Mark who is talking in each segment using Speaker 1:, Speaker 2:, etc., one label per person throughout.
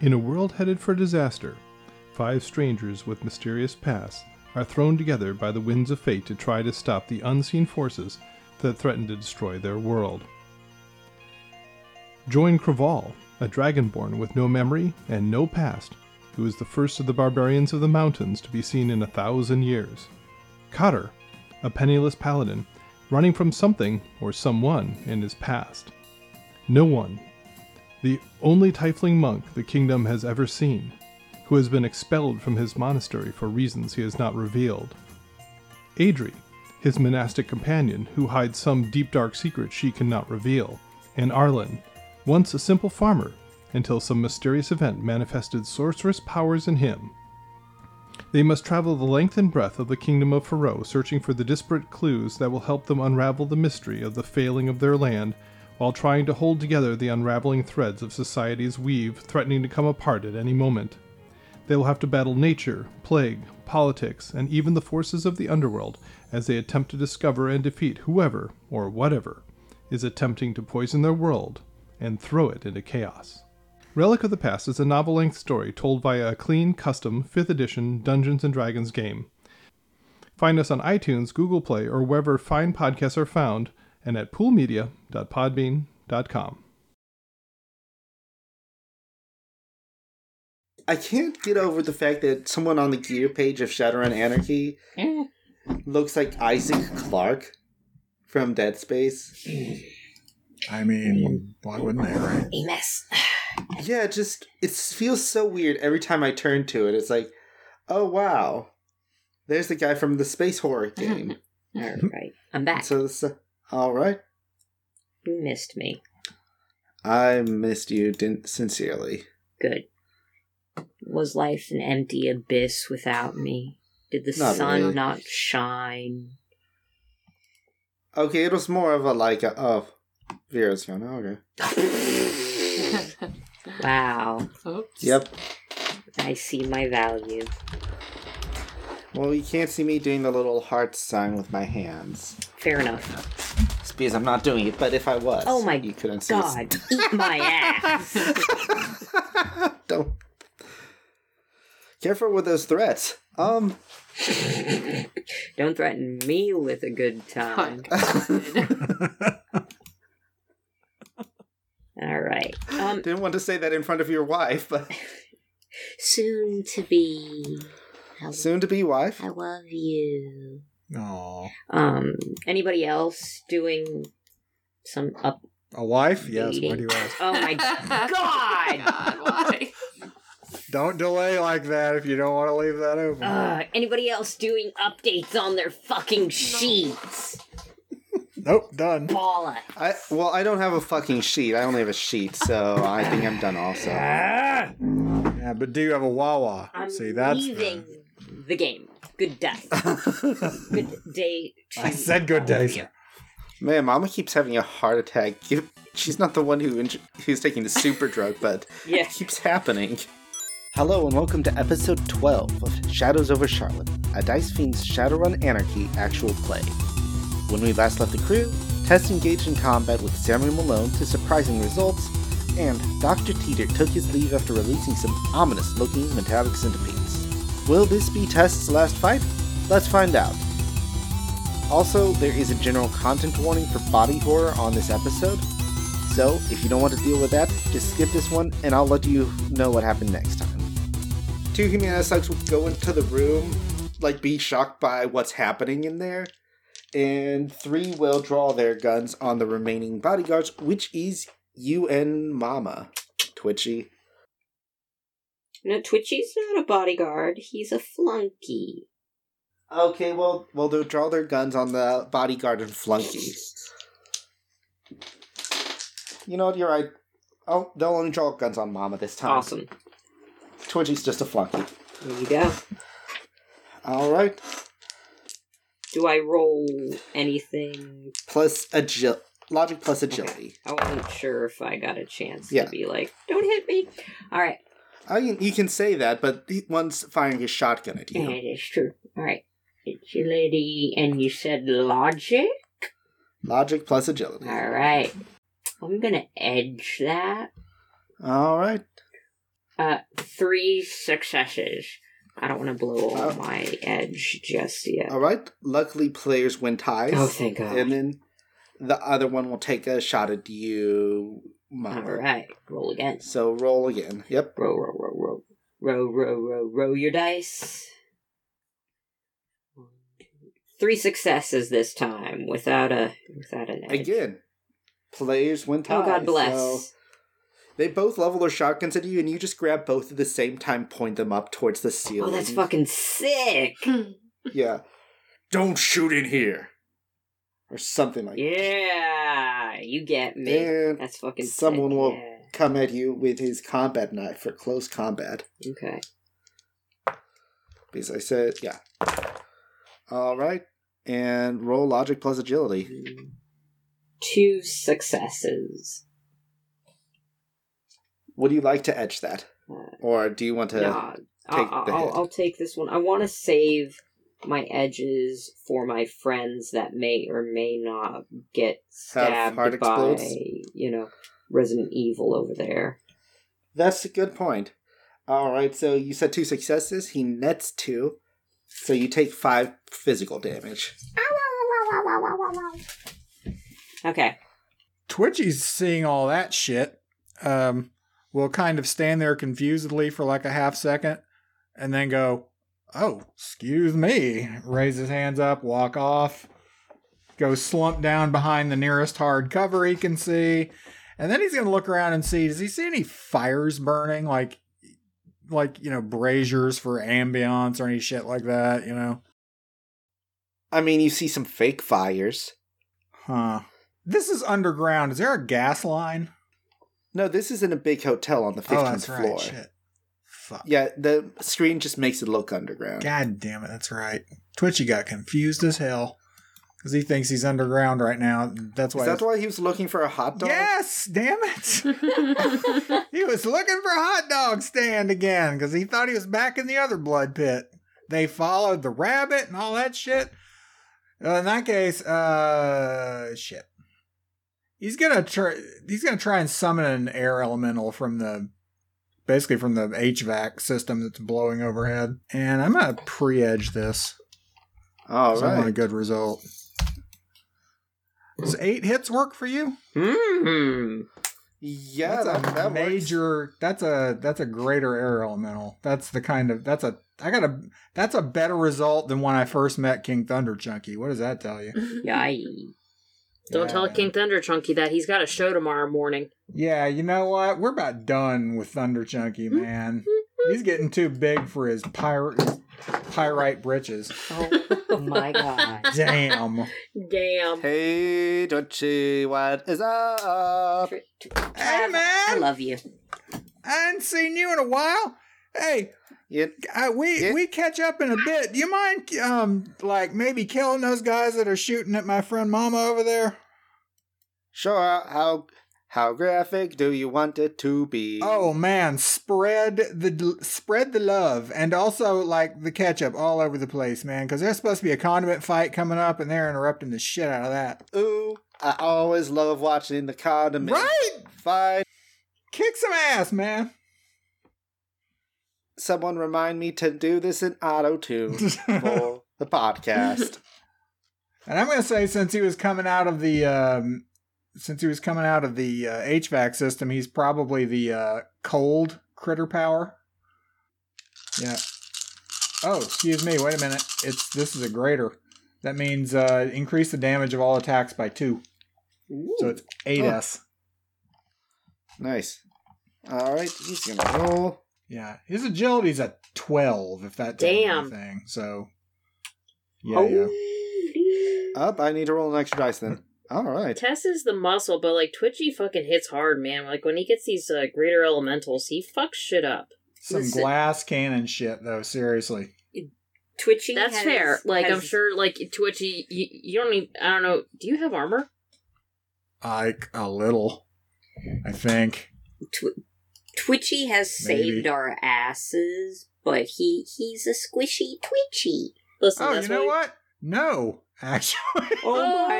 Speaker 1: In a world headed for disaster, five strangers with mysterious pasts are thrown together by the winds of fate to try to stop the unseen forces that threaten to destroy their world. Join Kraval, a dragonborn with no memory and no past, who is the first of the barbarians of the mountains to be seen in a thousand years. Cotter, a penniless paladin, running from something or someone in his past. No one the only Tifling monk the kingdom has ever seen, who has been expelled from his monastery for reasons he has not revealed. Adri, his monastic companion, who hides some deep dark secret she cannot reveal, and Arlen, once a simple farmer, until some mysterious event manifested sorcerous powers in him. They must travel the length and breadth of the kingdom of Pharaoh, searching for the disparate clues that will help them unravel the mystery of the failing of their land while trying to hold together the unraveling threads of society's weave threatening to come apart at any moment. They will have to battle nature, plague, politics, and even the forces of the underworld as they attempt to discover and defeat whoever, or whatever, is attempting to poison their world and throw it into chaos. Relic of the Past is a novel length story told via a clean, custom, 5th edition Dungeons and Dragons game. Find us on iTunes, Google Play, or wherever fine podcasts are found, and at poolmedia.podbean.com.
Speaker 2: I can't get over the fact that someone on the gear page of Shadowrun Anarchy looks like Isaac Clarke from Dead Space.
Speaker 3: I mean, why wouldn't they, right?
Speaker 4: A mess.
Speaker 2: Yeah, it just it feels so weird every time I turn to it. It's like, oh wow, there's the guy from the space horror game.
Speaker 4: All right, I'm back.
Speaker 2: Hmm. so this, all right,
Speaker 4: you missed me.
Speaker 2: I missed you din- sincerely.
Speaker 4: Good. Was life an empty abyss without me? Did the
Speaker 2: Not
Speaker 4: sun
Speaker 2: really.
Speaker 4: not shine?
Speaker 2: Okay, it was more of a like a oh, Vera's gone. Okay,
Speaker 4: Wow,
Speaker 5: Oops.
Speaker 2: yep.
Speaker 4: I see my value.
Speaker 2: Well, you can't see me doing the little heart sign with my hands.
Speaker 4: Fair enough.
Speaker 2: It's because I'm not doing it, but if I was,
Speaker 4: Oh my
Speaker 2: you couldn't see this.
Speaker 4: God, eat my ass.
Speaker 2: Don't. Careful with those threats. Um,
Speaker 4: Don't threaten me with a good time. All right. Um,
Speaker 2: didn't want to say that in front of your wife, but
Speaker 4: soon to be. I,
Speaker 2: soon to be wife.
Speaker 4: I love you.
Speaker 3: Oh,
Speaker 4: Um, anybody else doing some up?
Speaker 3: a wife? Yes. Why do you ask?
Speaker 4: Oh my god!
Speaker 5: God, why?
Speaker 3: Don't delay like that if you don't want to leave that open.
Speaker 4: Ugh, anybody else doing updates on their fucking sheets?
Speaker 3: nope, done.
Speaker 4: Paula.
Speaker 2: I well, I don't have a fucking sheet. I only have a sheet, so I think I'm done. Also,
Speaker 3: Yeah, but do you have a Wawa?
Speaker 4: ah! I'm
Speaker 3: See, that's the-
Speaker 4: leaving the game. Good day. Ah. Good day to
Speaker 3: I said good
Speaker 4: all of
Speaker 3: day,
Speaker 4: you.
Speaker 3: sir.
Speaker 2: man, Mama keeps having a heart attack. You- She's not the one who inj- who's taking the super drug, but
Speaker 4: Yeah.
Speaker 2: it keeps happening. Hello and welcome to episode 12 of Shadows over Charlotte, a Dice Fiends Shadowrun Anarchy actual play. When we last left the crew, Tess engaged in combat with Samuel Malone to surprising results, and Dr. Teeter took his leave after releasing some ominous looking metallic centipedes. Will this be Tess's last fight? Let's find out. Also, there is a general content warning for body horror on this episode, so if you don't want to deal with that, just skip this one and I'll let you know what happened next time. Two Humana Sucks would go into the room, like be shocked by what's happening in there, and three will draw their guns on the remaining bodyguards, which is you and Mama. Twitchy.
Speaker 4: No, Twitchy's not a bodyguard. He's a flunky.
Speaker 2: Okay, well, well, they'll draw their guns on the bodyguard and flunky. You know what? You're right. Oh, they'll only draw guns on Mama this time.
Speaker 4: Awesome.
Speaker 2: Twitchy's just a flunky.
Speaker 4: There you go.
Speaker 2: All right.
Speaker 4: Do I roll anything?
Speaker 2: plus agil logic plus agility.
Speaker 4: I wasn't sure if I got a chance
Speaker 2: Yeah.
Speaker 4: to be like, don't hit me. All right.
Speaker 2: I mean, you can say that, but he- one's firing his shotgun at
Speaker 4: Yeah,
Speaker 2: you.
Speaker 4: it is true. All right. Agility, and you said logic? Mm-hmm.
Speaker 2: Logic plus agility.
Speaker 4: All right. I'm going to edge that.
Speaker 2: All right.
Speaker 4: Uh, three successes. I don't want to blow all
Speaker 2: Oh.
Speaker 4: my edge just yet.
Speaker 2: All right. Luckily, players win ties.
Speaker 4: Oh, thank God.
Speaker 2: And then the other one will take a shot at you, Mama.
Speaker 4: All right. Roll again.
Speaker 2: So roll again. Yep.
Speaker 4: Row, row, row, row. Row, row, row, row your dice. One, two, Three successes this time without a without an edge.
Speaker 2: Again, players win ties.
Speaker 4: Oh God bless.
Speaker 2: So they both level their shotguns at you, and you just grab both at the same time, point them up towards the
Speaker 4: oh,
Speaker 2: ceiling.
Speaker 4: that's fucking sick.
Speaker 2: Hmm. Yeah. Don't shoot in here. Or something like
Speaker 4: yeah, you get me.
Speaker 2: And
Speaker 4: that's fucking. sick,
Speaker 2: someone will-
Speaker 4: yeah.
Speaker 2: Come at you with his combat knife for close combat.
Speaker 4: Okay.
Speaker 2: Because I said, yeah. All right. And roll logic plus agility.
Speaker 4: Two successes.
Speaker 2: Would you like to edge that?
Speaker 4: Uh,
Speaker 2: Or do you want to.
Speaker 4: Nah,
Speaker 2: take
Speaker 4: I'll,
Speaker 2: the
Speaker 4: I'll,
Speaker 2: hit.
Speaker 4: I'll take this one. I want to save my edges for my friends that may or may not get stabbed by,
Speaker 2: heart explodes?
Speaker 4: you know, Resident Evil over there.
Speaker 2: That's a good point. All right. So you said two successes. He nets two. So you take five physical damage.
Speaker 4: Okay.
Speaker 3: Twitchy's seeing all that shit. Um, will kind of stand there confusedly for like a half second and then go, Oh, excuse me. Raise his hands up, walk off, go slump down behind the nearest hard cover he can see. And then he's gonna look around and see, does he see any fires burning? Like like, you know, braziers for ambiance or any shit like that, you know?
Speaker 2: I mean, you see some fake fires.
Speaker 3: Huh. This is underground. Is there a gas line?
Speaker 2: No, this is in a big hotel on the 15th floor.
Speaker 3: Oh, Shit. Fuck.
Speaker 2: Yeah, the screen just makes it look underground.
Speaker 3: God damn it, that's right. Twitchy got confused as hell because he thinks he's underground right now. That's why.
Speaker 2: Is that why he was looking for a hot dog?
Speaker 3: yes, damn it. he was looking for a hot dog stand again because he thought he was back in the other blood pit. They followed the rabbit and all that shit. Uh, in that case, uh, shit. He's gonna try. He's gonna try and summon an air elemental from the, basically from the HVAC system that's blowing overhead. And I'm gonna pre-edge this.
Speaker 2: All
Speaker 3: So I want a
Speaker 2: right.
Speaker 3: good result. Does eight hits work for you?
Speaker 4: Mm.
Speaker 2: Yeah,
Speaker 3: that's
Speaker 2: that,
Speaker 3: a
Speaker 2: that works.
Speaker 3: major. That's a that's a greater air elemental. That's the kind of that's a I got a that's a better result than when I first met King Thunderchunky. What does that tell you?
Speaker 4: Yay.
Speaker 5: Don't
Speaker 3: Yeah.
Speaker 5: tell King Thunder Chunky that he's got a show tomorrow morning.
Speaker 3: Yeah, you know what? We're about done with Thunderchunky,
Speaker 5: Mm-hmm.
Speaker 3: man. He's getting too big for his pirate pyrite britches.
Speaker 4: Oh my god.
Speaker 3: Damn.
Speaker 5: Damn.
Speaker 2: Hey, Dutchie, what is up?
Speaker 3: hey
Speaker 4: I
Speaker 3: man,
Speaker 4: love you.
Speaker 3: I hadn't seen you in a while. Hey,
Speaker 2: It,
Speaker 3: I, we
Speaker 2: Yeah.
Speaker 3: we catch up in a bit. Do you mind, um, like maybe killing those guys that are shooting at my friend Mama over there?
Speaker 2: sure, how how graphic do you want it to be?
Speaker 3: Oh man, spread the spread the love and also like the ketchup all over the place, man. Because there's supposed to be a condiment fight coming up, and they're interrupting the shit out of that.
Speaker 2: Ooh, I always love watching the condiment.
Speaker 3: Right?
Speaker 2: Fine.
Speaker 3: Kick some ass, man.
Speaker 2: Someone remind me to do this in auto tune
Speaker 3: and
Speaker 2: for the podcast.
Speaker 3: I'm gonna say since he was coming out of the um, since he was coming out of the uh, HVAC system, he's probably the uh, cold critter power. Yeah. Oh, excuse me. Wait a minute. It's this is a greater. That means uh, increase the damage of all attacks by two. So it's eight
Speaker 2: Oh.
Speaker 3: S.
Speaker 2: nice. All right, he's gonna roll.
Speaker 3: Yeah. His agility's a twelve. If that tells
Speaker 5: Damn.
Speaker 3: you anything. So. Yeah.
Speaker 4: Oh,
Speaker 3: yeah.
Speaker 2: Up, I need to roll an extra dice then. All right.
Speaker 5: Tess is the muscle, but like Twitchy fucking hits hard, man. Like when he gets these uh, greater elementals, he fucks shit up.
Speaker 3: Some
Speaker 4: Listen.
Speaker 3: glass cannon shit though. Seriously.
Speaker 4: Twitchy.
Speaker 5: That's
Speaker 4: has-
Speaker 5: fair. Like I'm
Speaker 4: has-
Speaker 5: sure, like Twitchy, you, you don't even. I don't know. Do you have armor?
Speaker 3: Like a little. I think.
Speaker 4: Tw- Twitchy has
Speaker 3: Maybe.
Speaker 4: saved our asses, but he he's a squishy twitchy.
Speaker 5: Listen,
Speaker 3: Oh,
Speaker 5: that's
Speaker 3: you know
Speaker 5: what?
Speaker 3: what? No, actually.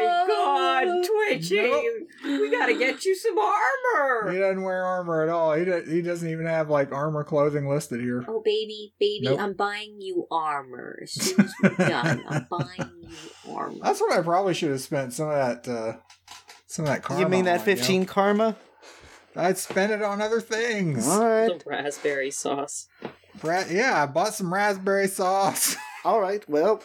Speaker 4: Oh my Oh god, Twitchy!
Speaker 5: Nope.
Speaker 4: We gotta get you some
Speaker 3: He
Speaker 4: armor!
Speaker 3: doesn't wear armor at all. He, do- he doesn't even have like armor clothing listed here.
Speaker 4: Oh baby, baby,
Speaker 3: Nope.
Speaker 4: I'm buying you armor. As soon as
Speaker 2: Oh,
Speaker 4: we're done, I'm buying you armor.
Speaker 3: That's what I probably should have spent some of that uh, some of that karma.
Speaker 2: you mean that
Speaker 3: on,
Speaker 2: fifteen karma?
Speaker 3: know? I'd spent it on other things.
Speaker 2: All right,
Speaker 5: The raspberry sauce.
Speaker 3: Ra- yeah, I bought some raspberry sauce.
Speaker 2: all right. Well,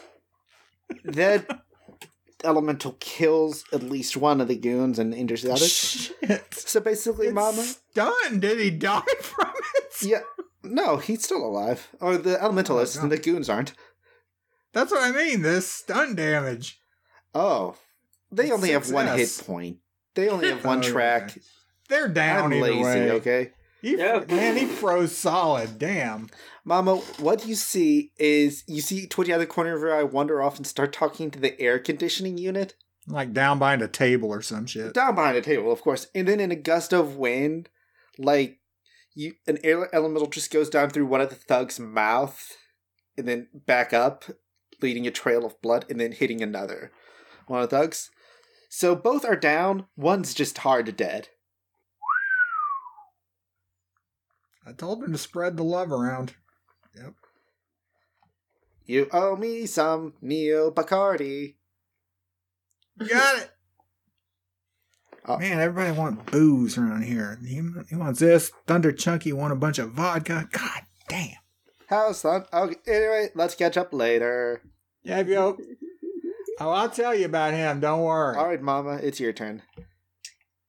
Speaker 2: that elemental kills at least one of the goons and injures the others.
Speaker 3: Shit.
Speaker 2: So basically,
Speaker 3: It's
Speaker 2: Mama.
Speaker 3: stunned. Did he die from it?
Speaker 2: Yeah. No, he's still alive. Or the elementalists
Speaker 3: Oh,
Speaker 2: and the goons aren't.
Speaker 3: That's what I mean. This stun damage.
Speaker 2: Oh, they
Speaker 3: It's
Speaker 2: only have one hit
Speaker 3: success.
Speaker 2: point. They only have one
Speaker 3: Oh,
Speaker 2: track.
Speaker 3: okay. They're down
Speaker 2: I'm
Speaker 3: either
Speaker 2: lazy.
Speaker 3: way.
Speaker 2: Okay.
Speaker 3: He,
Speaker 4: Yeah.
Speaker 3: Man, he froze solid. Damn.
Speaker 2: Mama, what you see is you see Twitty out of the corner of your eye wander off and start talking to the air conditioning unit.
Speaker 3: Like down behind a table or some shit.
Speaker 2: Down behind a table, of course. And then in a gust of wind, like you an air elemental just goes down through one of the thugs' mouth and then back up, leading a trail of blood and then hitting another one of the thugs. So both are down, one's just hard dead.
Speaker 3: I told him to spread the love around.
Speaker 2: You owe me some Neo Bacardi.
Speaker 3: Got it.
Speaker 2: Oh.
Speaker 3: Man, everybody want booze around here. He, he wants this. Thunder Chunky want a bunch of vodka. God damn.
Speaker 2: How's that? Okay, anyway, let's catch up later.
Speaker 3: Yeah, yo. Oh, I'll tell you about him. Don't worry.
Speaker 2: All right, Mama, it's your turn.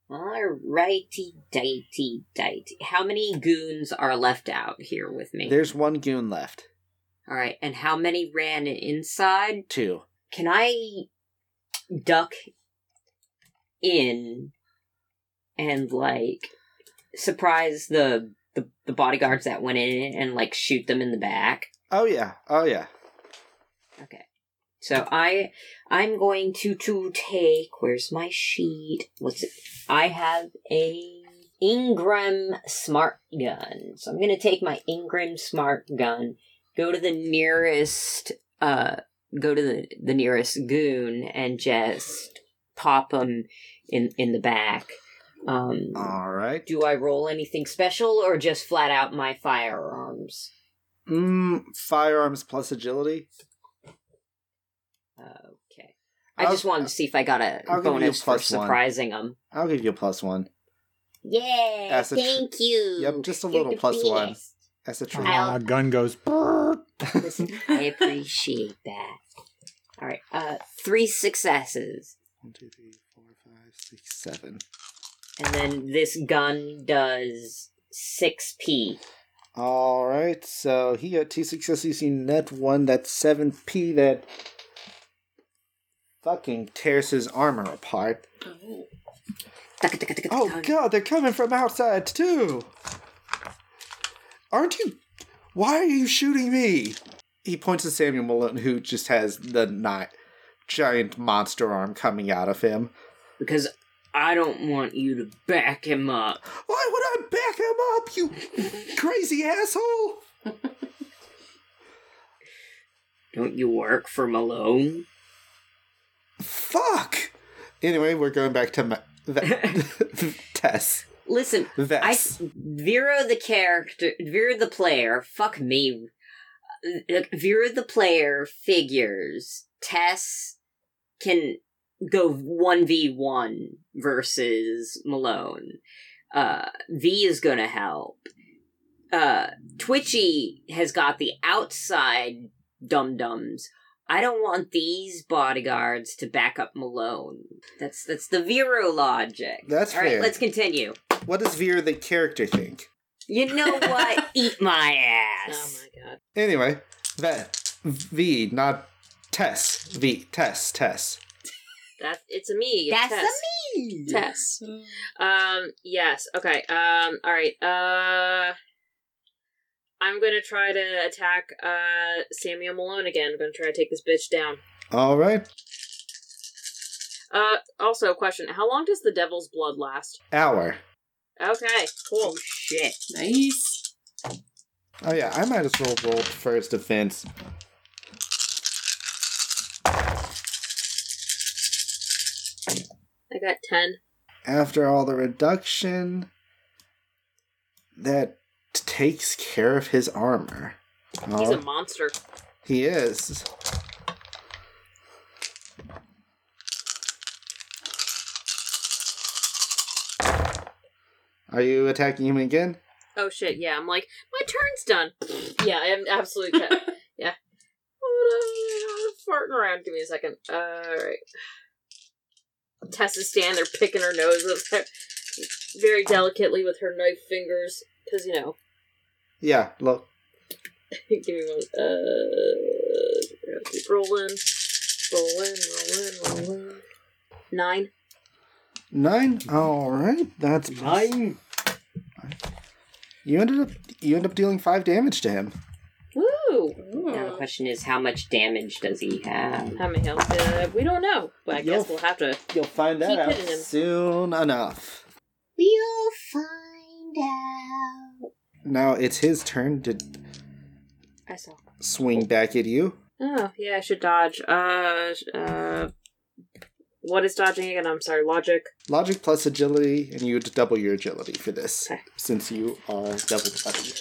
Speaker 4: Alrighty, dighty, dighty. How many goons are left out here with me?
Speaker 2: There's one goon left.
Speaker 4: Alright, and how many ran inside?
Speaker 2: Two.
Speaker 4: Can I duck in and like surprise the the, the bodyguards that went in and like shoot them in the back?
Speaker 2: Oh yeah. Oh yeah.
Speaker 4: Okay. So I I'm going to to take where's my sheet? What's it? I have a Ingram smart gun. So I'm going to take my Ingram smart gun, go to the nearest uh go to the the nearest goon and just pop him in in the back. Um
Speaker 2: All right.
Speaker 4: do I roll anything special or just flat out my firearms?
Speaker 2: Mm, firearms plus agility.
Speaker 4: Okay. I
Speaker 2: I'll-
Speaker 4: just wanted to see if I got a
Speaker 2: I'll give you
Speaker 4: bonus for
Speaker 2: plus one.
Speaker 4: surprising them.
Speaker 2: I'll give you a plus one
Speaker 4: Yeah,
Speaker 2: That's a tr-
Speaker 4: thank you.
Speaker 2: Yep, just a
Speaker 4: You're
Speaker 2: little
Speaker 4: the
Speaker 2: plus one.
Speaker 4: best.
Speaker 2: as a tree.
Speaker 4: I'll-
Speaker 3: Ah, gun goes. brrrt.
Speaker 4: Listen, I appreciate that. All right, uh, three successes,
Speaker 2: One, two, three, four, five, six, seven.
Speaker 4: and then this gun does six p.
Speaker 2: All right. So he got two successes. You net one. That's seven P. That fucking tears his armor apart. Oh god, they're coming from outside too. Aren't you? Why are you shooting me? He points to Samuel Malone, who just has the ni- giant monster arm coming out of him.
Speaker 4: Because I don't want you to back him up.
Speaker 2: Why would I back him up, you crazy asshole?
Speaker 4: Don't you work for Malone?
Speaker 2: Fuck. Anyway, we're going back to ma- the- Tess.
Speaker 4: Listen, I
Speaker 2: Vess.
Speaker 4: Vera the character, Vera the player. Fuck me, Uh, Vera the player figures Tess can go one v one versus Malone. Uh, v is gonna help. Uh, Twitchy has got the outside dum dums. I don't want these bodyguards to back up Malone. That's that's the Vero logic.
Speaker 2: That's
Speaker 4: all right.
Speaker 2: fair.
Speaker 4: Let's continue.
Speaker 2: what does Veer the character think?
Speaker 4: You know what? Eat my
Speaker 5: Oh
Speaker 4: ass.
Speaker 5: my god.
Speaker 2: Anyway, that V, not Tess. V, Tess, Tess.
Speaker 5: That it's a me.
Speaker 4: That's
Speaker 5: Tess.
Speaker 4: a me.
Speaker 5: Tess. Um. Yes. Okay. Um. All right. Uh. I'm gonna try to attack uh Samuel Malone again. I'm gonna try to take this bitch down.
Speaker 2: All right.
Speaker 5: Uh. Also, a question: How long does the Devil's Blood last?
Speaker 2: hour.
Speaker 5: Okay. Cool.
Speaker 4: Oh shit.
Speaker 5: Nice.
Speaker 2: Oh yeah, I might as well roll first offense.
Speaker 5: I got 10.
Speaker 2: After all the reduction, that t- takes care of his armor.
Speaker 5: He's
Speaker 2: Aw,
Speaker 5: a monster.
Speaker 2: he is. Are you attacking him again?
Speaker 5: Oh shit, yeah. I'm like, my turn's done. yeah, I am absolutely. Ca- yeah. Farting around. Give me a second. Alright. Tess is standing there picking her nose up very delicately with her knife fingers. Because, you know,
Speaker 2: Yeah, look.
Speaker 5: Give me one. Uh, keep rolling, rolling, rolling, rolling. Nine.
Speaker 2: Nine? Alright, that's plus-
Speaker 6: Nine.
Speaker 2: You ended up you end up dealing five damage to him.
Speaker 5: Woo!
Speaker 4: Now the question is, how much damage does he have?
Speaker 5: How many health? Uh, we don't know. Well, I guess
Speaker 2: Yo.
Speaker 5: we'll have to.
Speaker 2: You'll find that
Speaker 5: Keep
Speaker 2: out
Speaker 5: hitting him.
Speaker 2: soon enough.
Speaker 4: We'll find out.
Speaker 2: Now it's his turn to
Speaker 5: I saw.
Speaker 2: swing back at you.
Speaker 5: Oh yeah, I should dodge. Uh, sh- uh, what is dodging again? I'm sorry. Logic.
Speaker 2: Logic plus agility, and you would double your agility for this,
Speaker 5: Okay.
Speaker 2: since you are double blooded.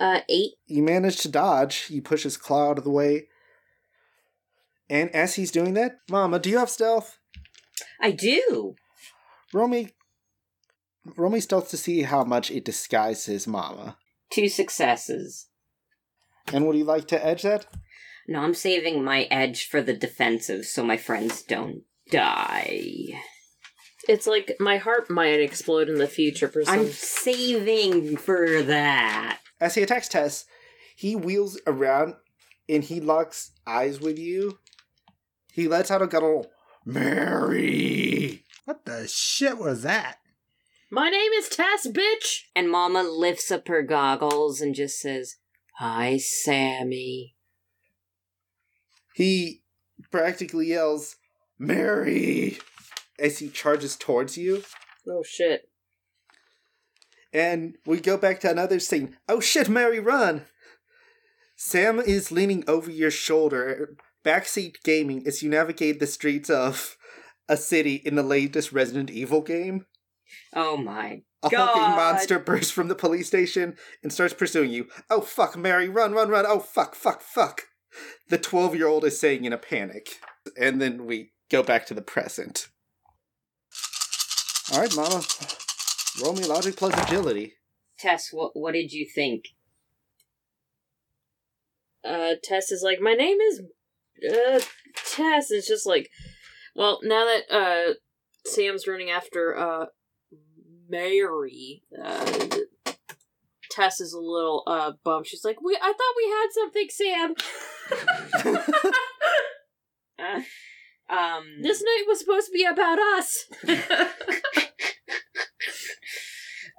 Speaker 5: Uh, eight.
Speaker 2: You manage to dodge. You push his claw out of the way. And as he's doing that, Mama, do you have stealth?
Speaker 4: I do.
Speaker 2: Roll me, roll me stealth to see how much it disguises Mama.
Speaker 4: Two successes.
Speaker 2: And would you like to edge that?
Speaker 4: No, I'm saving my edge for the defensive so my friends don't die.
Speaker 5: It's like my heart might explode in the future for some.
Speaker 4: I'm saving for that.
Speaker 2: As he attacks Tess, he wheels around and he locks eyes with you. He lets out a guttural, Mary!
Speaker 3: What the shit was that?
Speaker 5: My name is Tess, bitch.
Speaker 4: And Mama lifts up her goggles and just says, Hi, Sammy.
Speaker 2: He practically yells, Mary! as he charges towards you.
Speaker 5: Oh shit.
Speaker 2: And we go back to another scene. Oh shit, Mary, run! Sam is leaning over your shoulder, backseat gaming as you navigate the streets of a city in the latest Resident Evil game.
Speaker 4: Oh my.
Speaker 2: A hulking
Speaker 4: God.
Speaker 2: monster bursts from the police station and starts pursuing you. Oh fuck, Mary, run, run, run. Oh fuck, fuck, fuck. The 12 year old is saying in a panic. And then we go back to the present. Alright, Mama. Roll me logic plus agility.
Speaker 4: Tess, what, what did you think?
Speaker 5: uh, Tess is like, my name is uh, Tess. It's just like, well, now that uh, Sam's running after uh, Mary, uh, Tess is a little uh, bummed. She's like, we, I thought we had something, Sam.
Speaker 4: Uh, um,
Speaker 5: This night was supposed to be about us.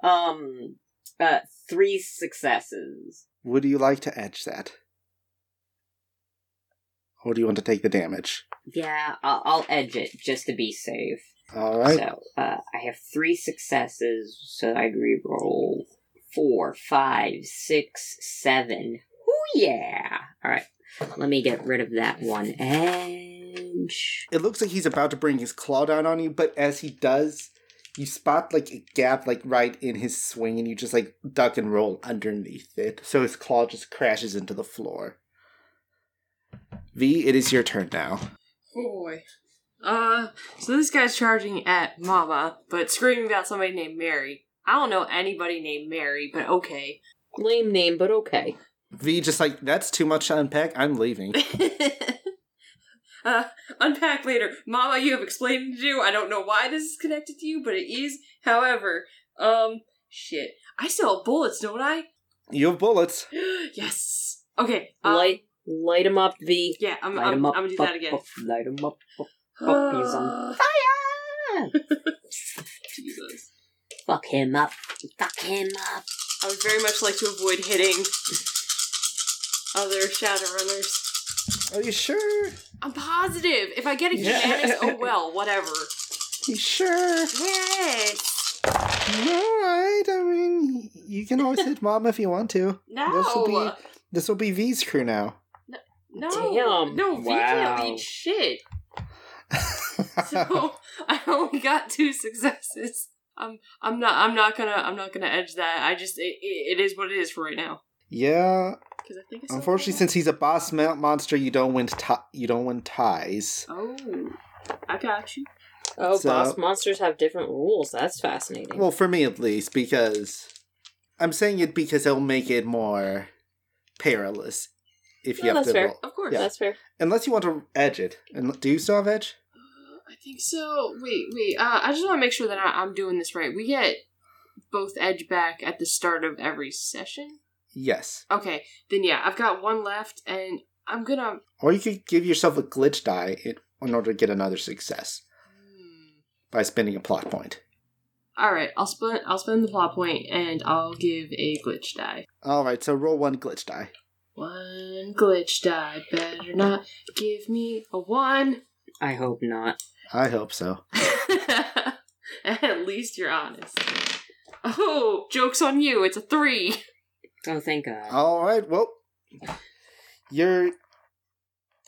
Speaker 4: um, uh, three successes.
Speaker 2: Would you like to edge that? Or do you want to take the damage?
Speaker 4: Yeah, I'll, I'll edge it just to be safe.
Speaker 2: Alright.
Speaker 4: So uh, I have three successes, so I'd reroll four, five, six, seven. Oh yeah! All right, let me get rid of that one edge.
Speaker 2: it looks like he's about to bring his claw down on you, but as he does, you spot like a gap like right in his swing and you just like duck and roll underneath it. So his claw just crashes into the floor. V, it is your turn now.
Speaker 6: Oh boy. Uh, so this guy's charging at Mama, but screaming about somebody named Mary. I don't know anybody named Mary, but okay.
Speaker 5: Lame name, but okay.
Speaker 2: V just like, that's too much to unpack, I'm leaving.
Speaker 6: uh, unpack later. Mama, you have explaining to do. I don't know why this is connected to you, but it is. However, um, shit. I still have bullets, don't I?
Speaker 2: you have bullets.
Speaker 6: yes. Okay. Um,
Speaker 5: Light, light him up, V.
Speaker 6: Yeah, I'm,
Speaker 4: Light
Speaker 6: I'm,
Speaker 4: 'em
Speaker 6: I'm gonna do that again.
Speaker 4: Up, light 'em up. up. up, he's on Fire!
Speaker 6: Jesus.
Speaker 4: Fuck him up. Fuck him up.
Speaker 6: I would very much like to avoid hitting other Shadowrunners.
Speaker 2: Are you sure?
Speaker 6: I'm positive. If I get a
Speaker 2: Yeah.
Speaker 6: unanimous, oh well, whatever.
Speaker 2: You sure?
Speaker 6: Yes.
Speaker 2: Alright, I mean, you can always hit mom if you want to.
Speaker 6: No.
Speaker 2: This will be this will be V's crew now.
Speaker 6: No,
Speaker 5: Damn.
Speaker 6: no, we can't
Speaker 5: Wow.
Speaker 6: read shit. So I only got two successes. I'm I'm not I'm not gonna I'm not gonna edge that. I just it, it, it is what it is for right now.
Speaker 2: yeah,
Speaker 6: Because I think it's
Speaker 2: unfortunately, since he's a boss mo- monster, you don't win. T- you don't win ties.
Speaker 6: oh, I got you.
Speaker 5: Oh,
Speaker 2: So-
Speaker 5: boss monsters have different rules. That's fascinating.
Speaker 2: Well, for me at least, because I'm saying it because it'll make it more perilous if you
Speaker 5: No,
Speaker 2: have
Speaker 5: that's
Speaker 2: to
Speaker 5: fair.
Speaker 2: roll.
Speaker 6: Of course.
Speaker 2: Yeah.
Speaker 5: That's fair.
Speaker 2: Unless you want to edge it. And do you still have edge?
Speaker 6: Uh, I think so. Wait, wait. Uh, I just want to make sure that I, I'm doing this right. We get both edge back at the start of every session.
Speaker 2: Yes.
Speaker 6: Okay, then yeah, I've got one left, and I'm gonna.
Speaker 2: Or you could give yourself a glitch die in in order to get another success
Speaker 6: Hmm.
Speaker 2: by spending a plot point.
Speaker 6: All right, I'll spend I'll spend the plot point, and I'll give a glitch die.
Speaker 2: All right, so roll one glitch die.
Speaker 6: One glitch die. Better not give me a one.
Speaker 4: I hope not.
Speaker 2: I hope so.
Speaker 6: At least you're honest. Oh, joke's on you. It's a three.
Speaker 4: Oh, thank God.
Speaker 2: All right, well, your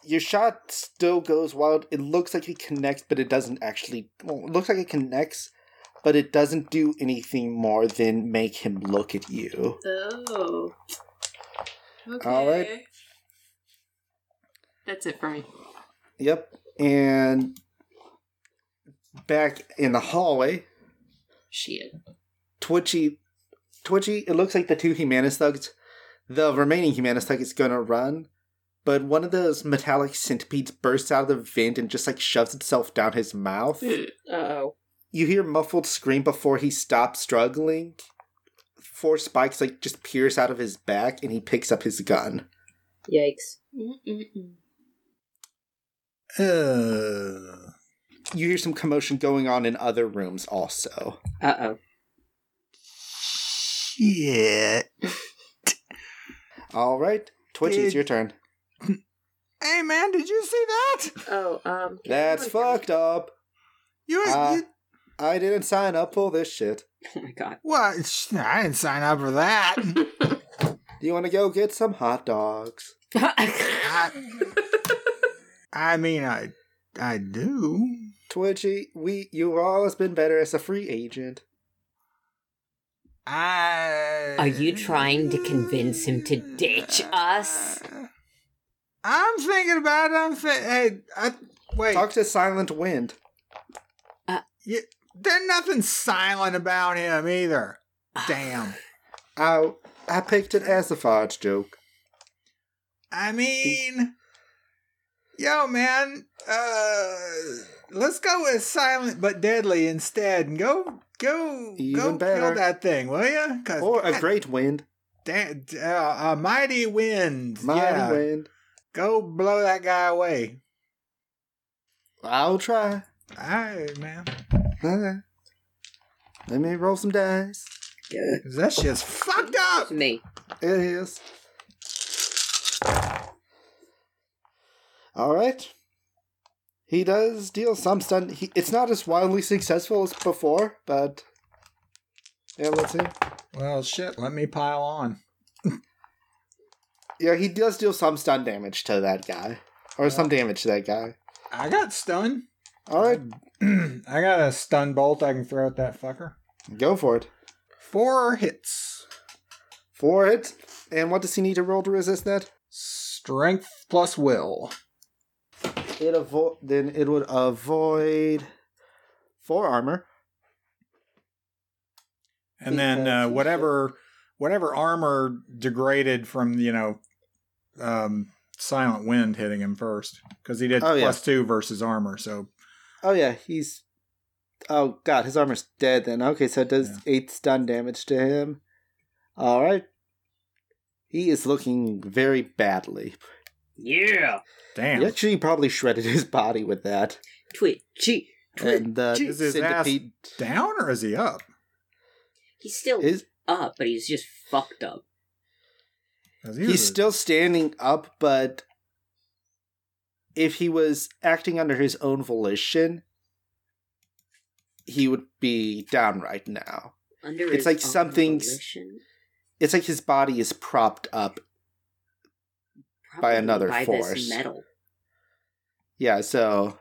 Speaker 2: your shot still goes wild. It looks like it connects, but it doesn't actually. Well, it looks like it connects, but it doesn't do anything more than make him look at you.
Speaker 6: Oh. Okay.
Speaker 2: All right.
Speaker 6: That's it for me.
Speaker 2: Yep, and back in the hallway,
Speaker 6: Shit.
Speaker 2: Twitchy, Twitchy. It looks like the two Humanus thugs, the remaining Humanus thug is gonna run, but one of those metallic centipedes bursts out of the vent and just like shoves itself down his mouth.
Speaker 5: Uh oh.
Speaker 2: You hear muffled scream before he stops struggling. Four spikes like just pierce out of his back, and he picks up his gun.
Speaker 5: Yikes.
Speaker 6: Mm-mm-mm.
Speaker 3: Ugh.
Speaker 2: You hear some commotion going on in other rooms also.
Speaker 4: Uh oh.
Speaker 2: Yeah. All right, Twitchy, it's your turn.
Speaker 7: Hey man, did you see that?
Speaker 5: Oh, um. can
Speaker 2: That's
Speaker 5: everyone hear me?
Speaker 2: fucked up.
Speaker 7: You,
Speaker 2: Uh,
Speaker 7: you
Speaker 2: I didn't sign up for this shit.
Speaker 4: Oh my God.
Speaker 7: what? Sh- I didn't sign up for that.
Speaker 2: Do you want to go get some hot dogs?
Speaker 7: I, I mean, I I do.
Speaker 2: Twitchy, we you have always been better as a free agent.
Speaker 7: I.
Speaker 4: Are you trying to convince him to ditch us?
Speaker 7: I'm thinking about it. I'm thi- hey, I, wait.
Speaker 2: Talk to Silent Wind.
Speaker 7: You, there's nothing silent about him either. Damn.
Speaker 2: I I picked it as a fudge joke.
Speaker 7: I mean, yo, man, uh, let's go with silent but deadly instead, and go, go, go,
Speaker 2: Even
Speaker 7: kill
Speaker 2: better.
Speaker 7: that thing, will you? Cause
Speaker 2: Or a
Speaker 7: God
Speaker 2: great wind.
Speaker 7: da- uh, a mighty wind,
Speaker 2: Mighty
Speaker 7: yeah,
Speaker 2: wind.
Speaker 7: go blow that guy away.
Speaker 2: I'll try.
Speaker 7: All right, man,
Speaker 2: Alright. Let me roll some dice.
Speaker 7: 'Cause that shit's fucked up.
Speaker 4: Me.
Speaker 2: It is. All right. He does deal some stun. He, it's not as wildly successful as before, but yeah, let's see.
Speaker 3: Well, shit. Let me pile on.
Speaker 2: Yeah, he does deal some stun damage to that guy, or some damage to that guy.
Speaker 3: I got stunned.
Speaker 2: All right,
Speaker 3: I got a stun bolt I can throw at that fucker.
Speaker 2: go for it.
Speaker 3: Four hits.
Speaker 2: For it. And what does he need to roll to resist that?
Speaker 3: Strength plus will.
Speaker 2: It avoid. Then it would avoid four armor.
Speaker 3: and then
Speaker 2: Because
Speaker 3: uh,
Speaker 2: it's
Speaker 3: whatever whatever armor degraded from you know um silent wind hitting him first because he did
Speaker 2: Oh, yeah.
Speaker 3: plus two versus armor so
Speaker 2: Oh yeah, he's. Oh god, his armor's dead. Then okay, so it does
Speaker 3: Yeah.
Speaker 2: eight stun damage to him. All right. He is looking very badly.
Speaker 4: Yeah.
Speaker 3: damn
Speaker 2: He actually probably shredded his body with that.
Speaker 4: Twitchy.
Speaker 2: And uh,
Speaker 3: Is his ass-
Speaker 2: centipede
Speaker 3: down or is he up
Speaker 4: He's still
Speaker 2: is
Speaker 4: up, but he's just fucked up.
Speaker 3: 'Cause he was
Speaker 2: he's
Speaker 3: a-
Speaker 2: still standing up, but if he was acting under his own volition, he would be down right now.
Speaker 4: Under
Speaker 2: It's
Speaker 4: his
Speaker 2: like
Speaker 4: own
Speaker 2: something's-
Speaker 4: volition.
Speaker 2: It's like his body is propped up
Speaker 4: probably
Speaker 2: another
Speaker 4: by
Speaker 2: force.
Speaker 4: this metal.
Speaker 2: Yeah, so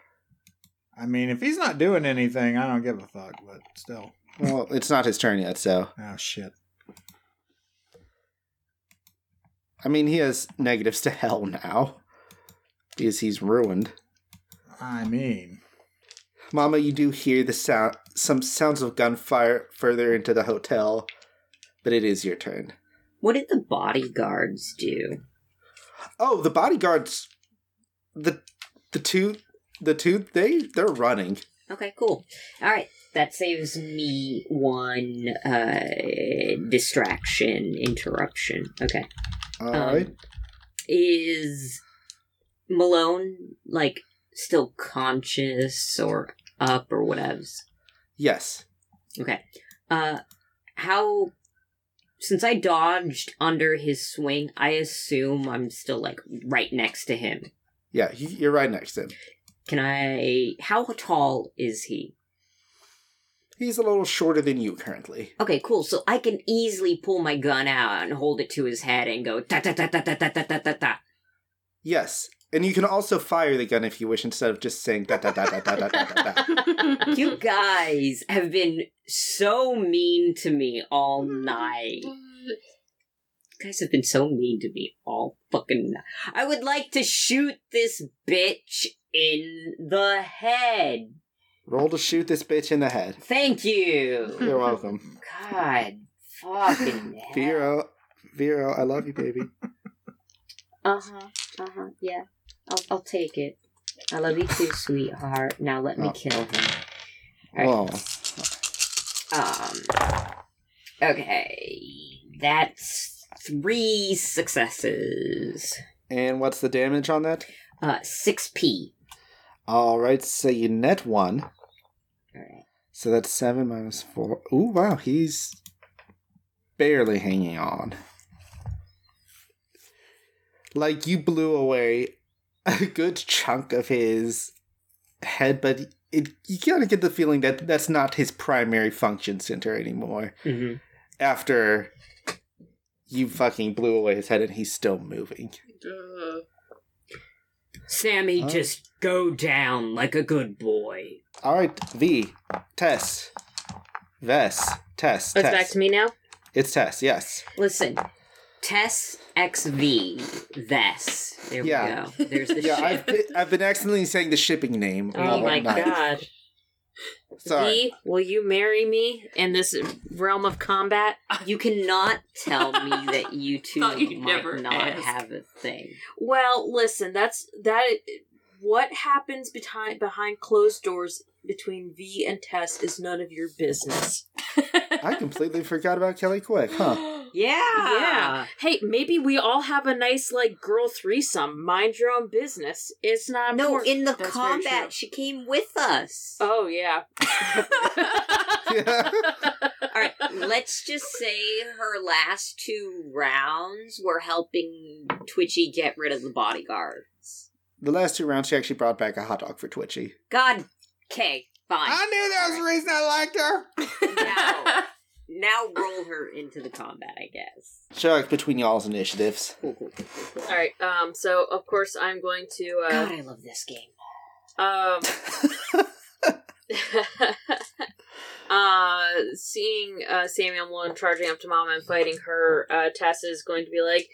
Speaker 7: I mean, if he's not doing anything, I don't give a fuck, but still.
Speaker 2: well, it's not his turn yet, so
Speaker 7: Oh, shit.
Speaker 2: I mean he has negatives to hell now. Because he's ruined.
Speaker 7: I mean,
Speaker 2: Mama, you do hear the sound some sounds of gunfire further into the hotel, but it is your turn.
Speaker 4: What did the bodyguards do?
Speaker 2: Oh, the bodyguards the the two the two they they're running.
Speaker 4: Okay, cool. All right, that saves me one uh, distraction interruption. Okay, Um,
Speaker 2: Alright.
Speaker 4: is Malone like still conscious or up or whatevs?
Speaker 2: yes.
Speaker 4: Okay, uh, how? Since I dodged under his swing, I assume I'm still like right next to him.
Speaker 2: Yeah, he, you're right next to him.
Speaker 4: Can I? How tall is he?
Speaker 2: He's a little shorter than you currently.
Speaker 4: Okay, cool. So I can easily pull my gun out and hold it to his head and go ta ta ta ta ta ta ta ta ta ta.
Speaker 2: Yes. And you can also fire the gun if you wish instead of just saying da da da da da da da da. da.
Speaker 4: You guys have been so mean to me all night. You guys have been so mean to me all fucking night. I would like to shoot this bitch in the head.
Speaker 2: Roll to shoot this bitch in the head.
Speaker 4: Thank you.
Speaker 2: You're welcome.
Speaker 4: God fucking hell.
Speaker 2: Vero, Vero, I love you, baby.
Speaker 4: Uh huh. Uh huh. Yeah. I'll, I'll take it. I love you too, sweetheart. Now let me
Speaker 2: Oh.
Speaker 4: kill him.
Speaker 2: Oh,
Speaker 4: Um. Okay. That's three successes.
Speaker 2: and what's the damage on that?
Speaker 4: Uh, six P.
Speaker 2: All right, so you net one.
Speaker 4: All right.
Speaker 2: So that's seven minus four. Ooh, wow, he's barely hanging on. Like you blew away a good chunk of his head, but it, you gotta get the feeling that that's not his primary function center anymore.
Speaker 4: Mm-hmm.
Speaker 2: After you fucking blew away his head and he's still moving.
Speaker 5: Uh,
Speaker 4: Sammy,
Speaker 2: Oh.
Speaker 4: just go down like a good boy.
Speaker 2: All right, V, Tess, Vess, Tess.
Speaker 5: it's
Speaker 2: Tess.
Speaker 5: back to me now.
Speaker 2: It's Tess. Yes.
Speaker 4: Listen, Tess XV Ves. There
Speaker 2: Yeah.
Speaker 4: we go. There's the
Speaker 2: Yeah,
Speaker 4: ship.
Speaker 2: I've been, I've been accidentally saying the shipping name.
Speaker 5: Oh
Speaker 2: all
Speaker 5: my
Speaker 2: night.
Speaker 5: god.
Speaker 2: Sorry.
Speaker 5: V, will you marry me in this realm of combat?
Speaker 4: You cannot tell me that you two
Speaker 6: Thought you'd
Speaker 4: might
Speaker 6: never
Speaker 4: not
Speaker 6: ask.
Speaker 4: have a thing.
Speaker 5: Well, listen, that's that what happens behind behind closed doors between V and Tess is none of your business.
Speaker 2: I completely forgot about Kelly Quick, huh?
Speaker 6: Uh,
Speaker 4: Yeah.
Speaker 5: Yeah. Hey, maybe we all have a nice like girl threesome. Mind your own business. It's not
Speaker 4: No,
Speaker 5: important.
Speaker 4: in the
Speaker 6: That's very true.
Speaker 4: combat, she came with us.
Speaker 5: Oh yeah.
Speaker 2: Yeah.
Speaker 4: All right, let's just say her last two rounds were helping Twitchy get rid of the bodyguards.
Speaker 2: The last two rounds, she actually brought back a hot dog for Twitchy.
Speaker 4: God, okay,
Speaker 7: I
Speaker 4: fine.
Speaker 7: knew that was the reason I liked her.
Speaker 4: Now, now roll her into the combat, I guess.
Speaker 2: Chuck, between y'all's initiatives.
Speaker 4: Cool, cool, cool, cool, cool.
Speaker 5: all right. Um. So of course I'm going to. Uh,
Speaker 4: God, I love this game.
Speaker 5: Um, uh, seeing uh, Samuel one charging up to Mama and fighting her, uh, Tess is going to be like,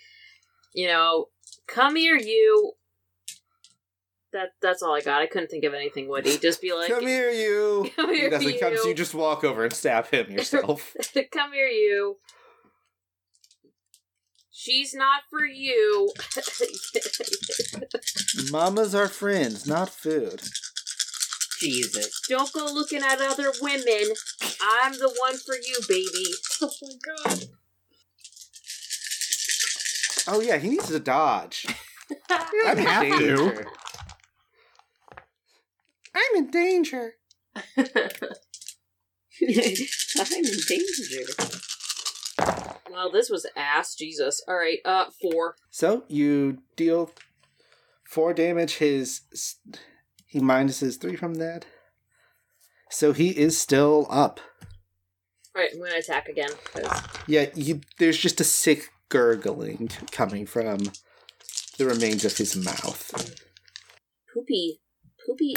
Speaker 5: you know, come here, you. That that's all I got. I couldn't think of anything. Would he just be like,
Speaker 2: come here, you.
Speaker 5: Come
Speaker 2: he
Speaker 5: here,
Speaker 2: doesn't come, so
Speaker 5: you.
Speaker 2: you just walk over and stab him yourself.
Speaker 5: come here, you. She's not for you.
Speaker 2: Mamas are friends, not food.
Speaker 4: Jesus.
Speaker 5: Don't go looking at other women. I'm the one for you, baby. Oh my god.
Speaker 2: Oh yeah, he needs to dodge. I'm in
Speaker 1: have to.
Speaker 2: danger. I'm in danger.
Speaker 4: I'm in danger.
Speaker 5: Well, this was ass, Jesus. All right, uh, four.
Speaker 2: So you deal four damage. His he minuses three from that. So he is still up.
Speaker 5: All right, I'm gonna attack again. 'cause-
Speaker 2: Yeah, you, there's just a sick gurgling coming from the remains of his mouth.
Speaker 5: Poopy. Poopy.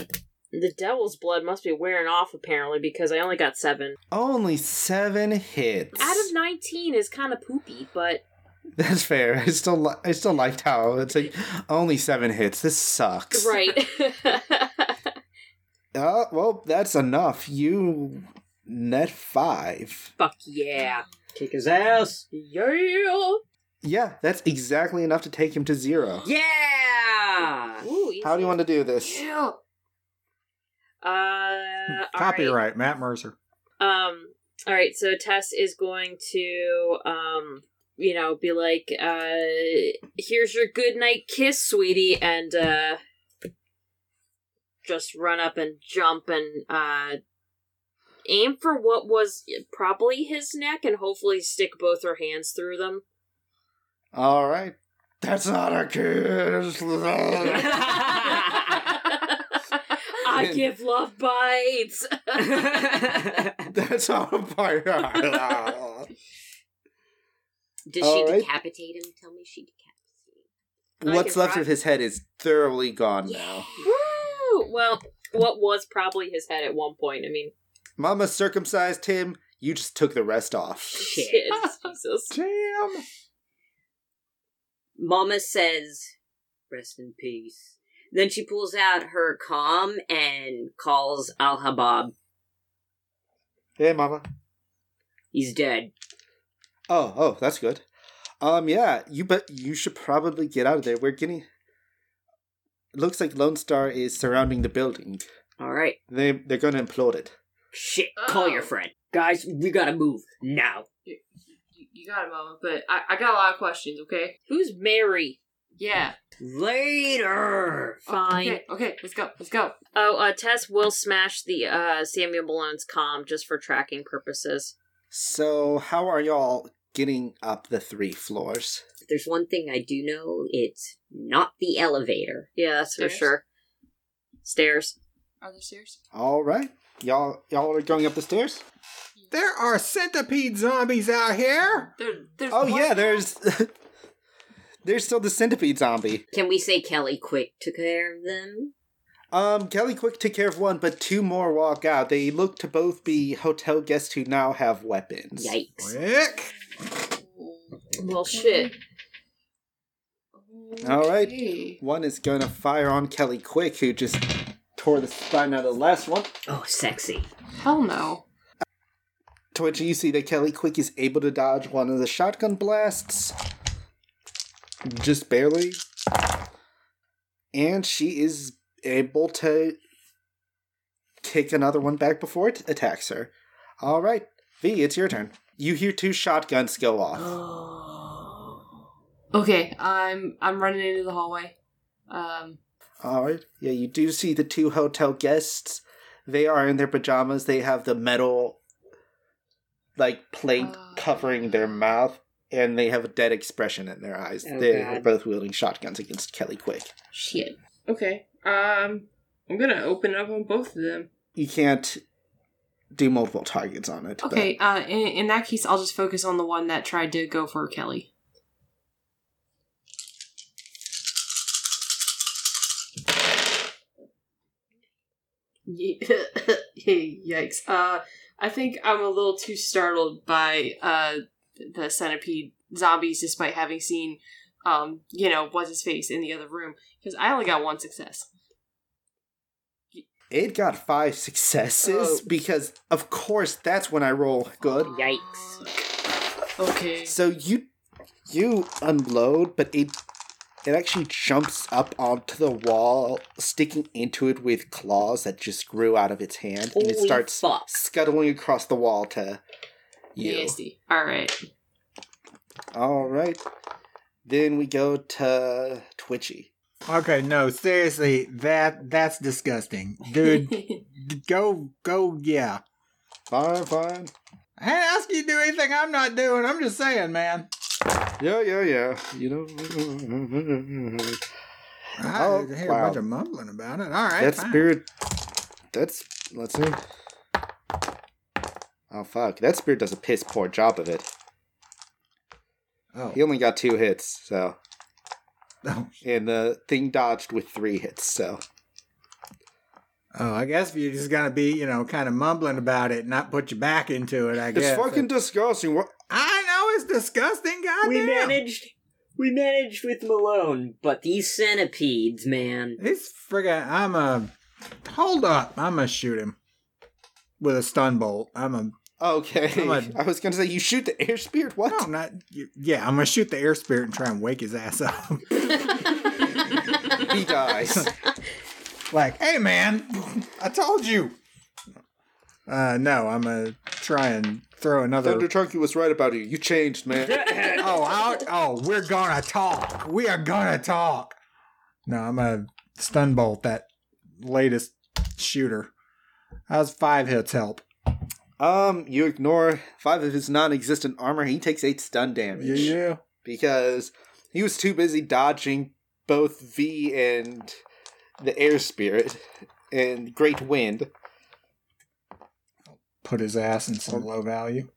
Speaker 5: The devil's blood must be wearing off apparently because I only got seven.
Speaker 2: Only seven hits.
Speaker 5: Out of 19 is kind of poopy, but
Speaker 2: That's fair. I still li- I still liked how it's like only seven hits. This sucks.
Speaker 5: right.
Speaker 2: Uh, well, that's enough. You net five.
Speaker 5: Fuck yeah.
Speaker 8: Kick his ass.
Speaker 5: Yeah.
Speaker 2: Yeah, that's exactly enough to take him to zero.
Speaker 4: Yeah!
Speaker 5: Ooh, easy.
Speaker 2: How do you want to do this?
Speaker 6: Yeah.
Speaker 5: Uh, all right.
Speaker 3: Copyright, Matt Mercer.
Speaker 5: Um, all right. So Tess is going to, um, you know, be like, uh, "Here's your good night kiss, sweetie," and uh, just run up and jump and uh, aim for what was probably his neck, and hopefully stick both her hands through them.
Speaker 2: All right. That's not a kiss.
Speaker 5: I give love bites.
Speaker 2: that's not a fire.
Speaker 4: Does she
Speaker 2: All right.
Speaker 4: decapitate him? Tell me she decapitates
Speaker 5: I
Speaker 2: What's
Speaker 5: can
Speaker 2: left
Speaker 5: try.
Speaker 2: of his head is thoroughly gone now.
Speaker 5: Woo! Well, what was probably his head at one point. I mean,
Speaker 2: Mama circumcised him. You just took the rest off.
Speaker 5: shit, Jesus.
Speaker 3: Damn.
Speaker 4: him. Mama says, rest in peace. Then she pulls out her comm and calls Al Habab.
Speaker 2: Hey, Mama.
Speaker 4: He's dead.
Speaker 2: Oh, oh, that's good. Um, yeah, you but you should probably get out of there. We're getting. Looks like Lone Star is surrounding the building.
Speaker 4: All right.
Speaker 2: They they're going to implode it.
Speaker 4: Shit, call your
Speaker 6: Oh.
Speaker 4: friend. Guys, we gotta move now.
Speaker 6: You, you got it, Mama. But I, I got a lot of questions. Okay.
Speaker 5: Who's Mary?
Speaker 6: Yeah.
Speaker 4: Later!
Speaker 5: Fine.
Speaker 6: Okay. Okay. Let's go. Let's go.
Speaker 5: Oh, uh, Tess will smash the uh, Samuel Malone's comm just for tracking purposes.
Speaker 2: So how are y'all getting up the three floors?
Speaker 4: If there's one thing I do know, it's not the elevator.
Speaker 5: Yeah, that's for
Speaker 6: Stairs?
Speaker 5: sure. Stairs.
Speaker 6: Are there stairs?
Speaker 2: All right, y'all y'all are going up the stairs.
Speaker 7: There are centipede zombies out here.
Speaker 6: There, there's
Speaker 2: Oh
Speaker 6: one-
Speaker 2: yeah, there's there's still the centipede zombie.
Speaker 4: Can we say Kelly Quick took care of them?
Speaker 2: Um, Kelly Quick took care of one, but two more walk out. They look to both be hotel guests who now have weapons.
Speaker 4: Yikes.
Speaker 7: Rick.
Speaker 5: Well, shit.
Speaker 2: All right.
Speaker 6: Okay.
Speaker 2: One is going to fire on Kelly Quick, who just tore the spine out of the last one.
Speaker 4: Oh, sexy.
Speaker 6: Hell no.
Speaker 2: To which you see that Kelly Quick is able to dodge one of the shotgun blasts. Just barely. And she is able to kick another one back before it attacks her. All right, V, it's your turn. You hear two shotguns go
Speaker 6: Oh,
Speaker 2: off.
Speaker 6: okay. I'm I'm running into the hallway. Um.
Speaker 2: All right. Yeah, you do see the two hotel guests. They are in their pajamas. They have the metal, like, plate
Speaker 6: Ah.
Speaker 2: covering their mouth, and they have a dead expression in their eyes.
Speaker 4: Oh,
Speaker 2: They're
Speaker 4: God.
Speaker 2: both wielding shotguns against Kelly Quick.
Speaker 6: Shit. Okay. Um. I'm gonna open up on both of them.
Speaker 2: You can't do multiple targets on it. but-
Speaker 6: Okay. Uh. In, in that case, I'll just focus on the one that tried to go for Kelly. Ye- Yikes. Uh, I think I'm a little too startled by uh, the centipede zombies, despite having seen, um, you know, what's his face in the other room, because I only got one success.
Speaker 2: It got five successes
Speaker 6: Oh.
Speaker 2: because, of course, that's when I roll good.
Speaker 4: Yikes.
Speaker 6: Okay.
Speaker 2: So you you unload, but it it actually jumps up onto the wall, sticking into it with claws that just grew out of its hand, and it
Speaker 4: Holy
Speaker 2: starts
Speaker 4: fuck.
Speaker 2: scuttling across the wall to you.
Speaker 6: Nasty. All right.
Speaker 2: All right, then we go to Twitchy.
Speaker 7: Okay, no, seriously, that that's disgusting, dude. d- go, go, yeah.
Speaker 2: Fine, fine.
Speaker 7: I didn't ask you to do anything I'm not doing. I'm just saying, man.
Speaker 2: Yeah, yeah, yeah. You know,
Speaker 7: I
Speaker 2: Oh,
Speaker 7: hear
Speaker 2: wow.
Speaker 7: a bunch of mumbling about it. All right,
Speaker 2: that's
Speaker 7: fine.
Speaker 2: spirit. That's let's see. Oh fuck! That spirit does a piss poor job of it.
Speaker 7: Oh.
Speaker 2: He only got two hits, so
Speaker 3: Oh,
Speaker 2: and the thing dodged with three hits. So
Speaker 3: oh, I guess if you're just gonna be, you know, kind of mumbling about it, not put your back into it. I
Speaker 2: it's
Speaker 3: guess
Speaker 2: fucking disgusting. What?
Speaker 3: I know it's disgusting. Goddamn.
Speaker 4: we managed. We managed with Malone, but these centipedes, man.
Speaker 3: He's friggin' I'm a. Hold up. I'm gonna shoot him with a stun bolt. I'm a.
Speaker 2: Okay,
Speaker 3: I'm
Speaker 2: I
Speaker 3: a-
Speaker 2: was gonna say you shoot the air spirit. What?
Speaker 3: No, not. you- Yeah, I'm gonna shoot the air spirit and try and wake his ass up.
Speaker 2: He dies.
Speaker 3: like, hey, man, I told you. Uh, no, I'm gonna try and throw another.
Speaker 2: Thunder Turkey was right about you. You changed, man.
Speaker 3: oh, i oh, we're gonna talk. We are gonna talk. No, I'm gonna stun bolt that latest shooter. How's five hits help?
Speaker 2: Um, you ignore five of his non-existent armor. He takes eight stun damage because he was too busy dodging both V and the air spirit and great wind.
Speaker 3: Put his ass in some low value.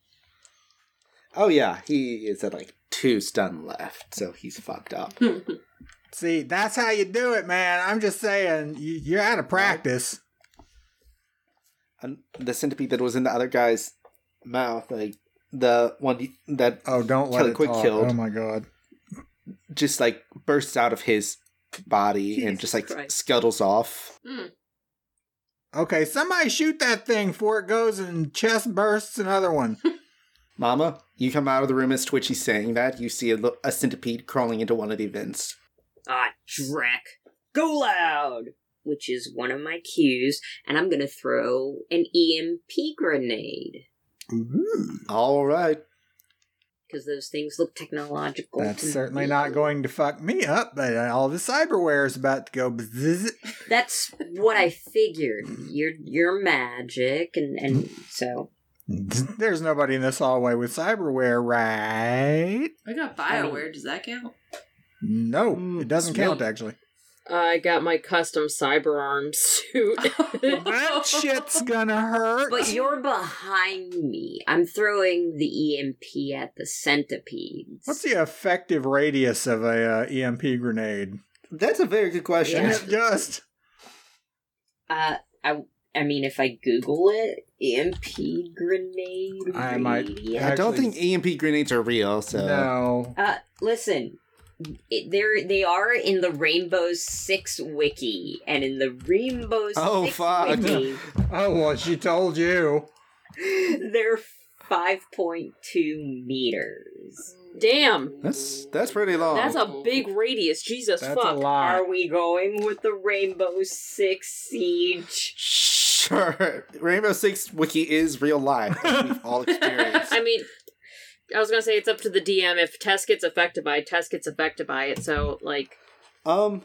Speaker 2: Oh yeah, he is at like two stun left, so he's fucked up.
Speaker 3: See, that's how you do it, man. I'm just saying, you, you're out of practice.
Speaker 2: And the centipede that was in the other guy's mouth, like the one that uh,
Speaker 3: Oh, don't let
Speaker 2: Kill-
Speaker 3: it
Speaker 2: quick
Speaker 3: talk.
Speaker 2: killed.
Speaker 3: Oh my god.
Speaker 2: just like bursts out of his body and
Speaker 4: Jesus
Speaker 2: just like
Speaker 4: Christ.
Speaker 2: scuttles off.
Speaker 3: Okay, somebody shoot that thing before it goes and chest bursts another one.
Speaker 2: Mama, you come out of the room as Twitchy's saying that. You see a, lo- a centipede crawling into one of the vents.
Speaker 4: Ah, Drac. Go loud! Which is one of my cues, and I'm gonna throw an EMP grenade.
Speaker 2: All right.
Speaker 4: Because those things look technological.
Speaker 3: That's
Speaker 4: to
Speaker 3: certainly
Speaker 4: me.
Speaker 3: not going to fuck me up, but all the cyberware is about to go. bzzz.
Speaker 4: That's what I figured. You're you're magic, and and so
Speaker 3: There's nobody in this hallway with cyberware, right?
Speaker 6: I got Bioware. Does that count?
Speaker 3: No,
Speaker 2: Mm,
Speaker 3: it doesn't
Speaker 2: sweet.
Speaker 3: count actually.
Speaker 5: I got my custom cyber arm suit.
Speaker 3: That shit's gonna hurt.
Speaker 4: But you're behind me. I'm throwing the EMP at the centipedes.
Speaker 3: What's the effective radius of a uh, EMP grenade?
Speaker 2: That's a very good question.
Speaker 4: Yeah.
Speaker 3: Just
Speaker 4: Uh, I I mean, if I Google it, EMP grenade.
Speaker 3: I might-
Speaker 4: radius.
Speaker 2: I don't
Speaker 3: Actually-
Speaker 2: think EMP grenades are real, so.
Speaker 3: no.
Speaker 4: Uh, listen, it, they're they are in the Rainbow Six wiki, and in the Rainbow
Speaker 2: Oh,
Speaker 4: Six
Speaker 2: fuck.
Speaker 4: wiki,
Speaker 3: Oh well, she told you.
Speaker 4: they're five point two meters.
Speaker 5: Damn.
Speaker 2: That's that's pretty long.
Speaker 5: That's a big radius. Jesus
Speaker 3: Oh. That's
Speaker 5: fuck.
Speaker 3: a lot.
Speaker 4: Are we going with the Rainbow Six siege?
Speaker 2: Sure. Rainbow Six Wiki is real life. as We've all experienced.
Speaker 5: I mean, I was gonna say it's up to the DM. If Tess gets affected by it, Tess gets affected by it. So like,
Speaker 2: um,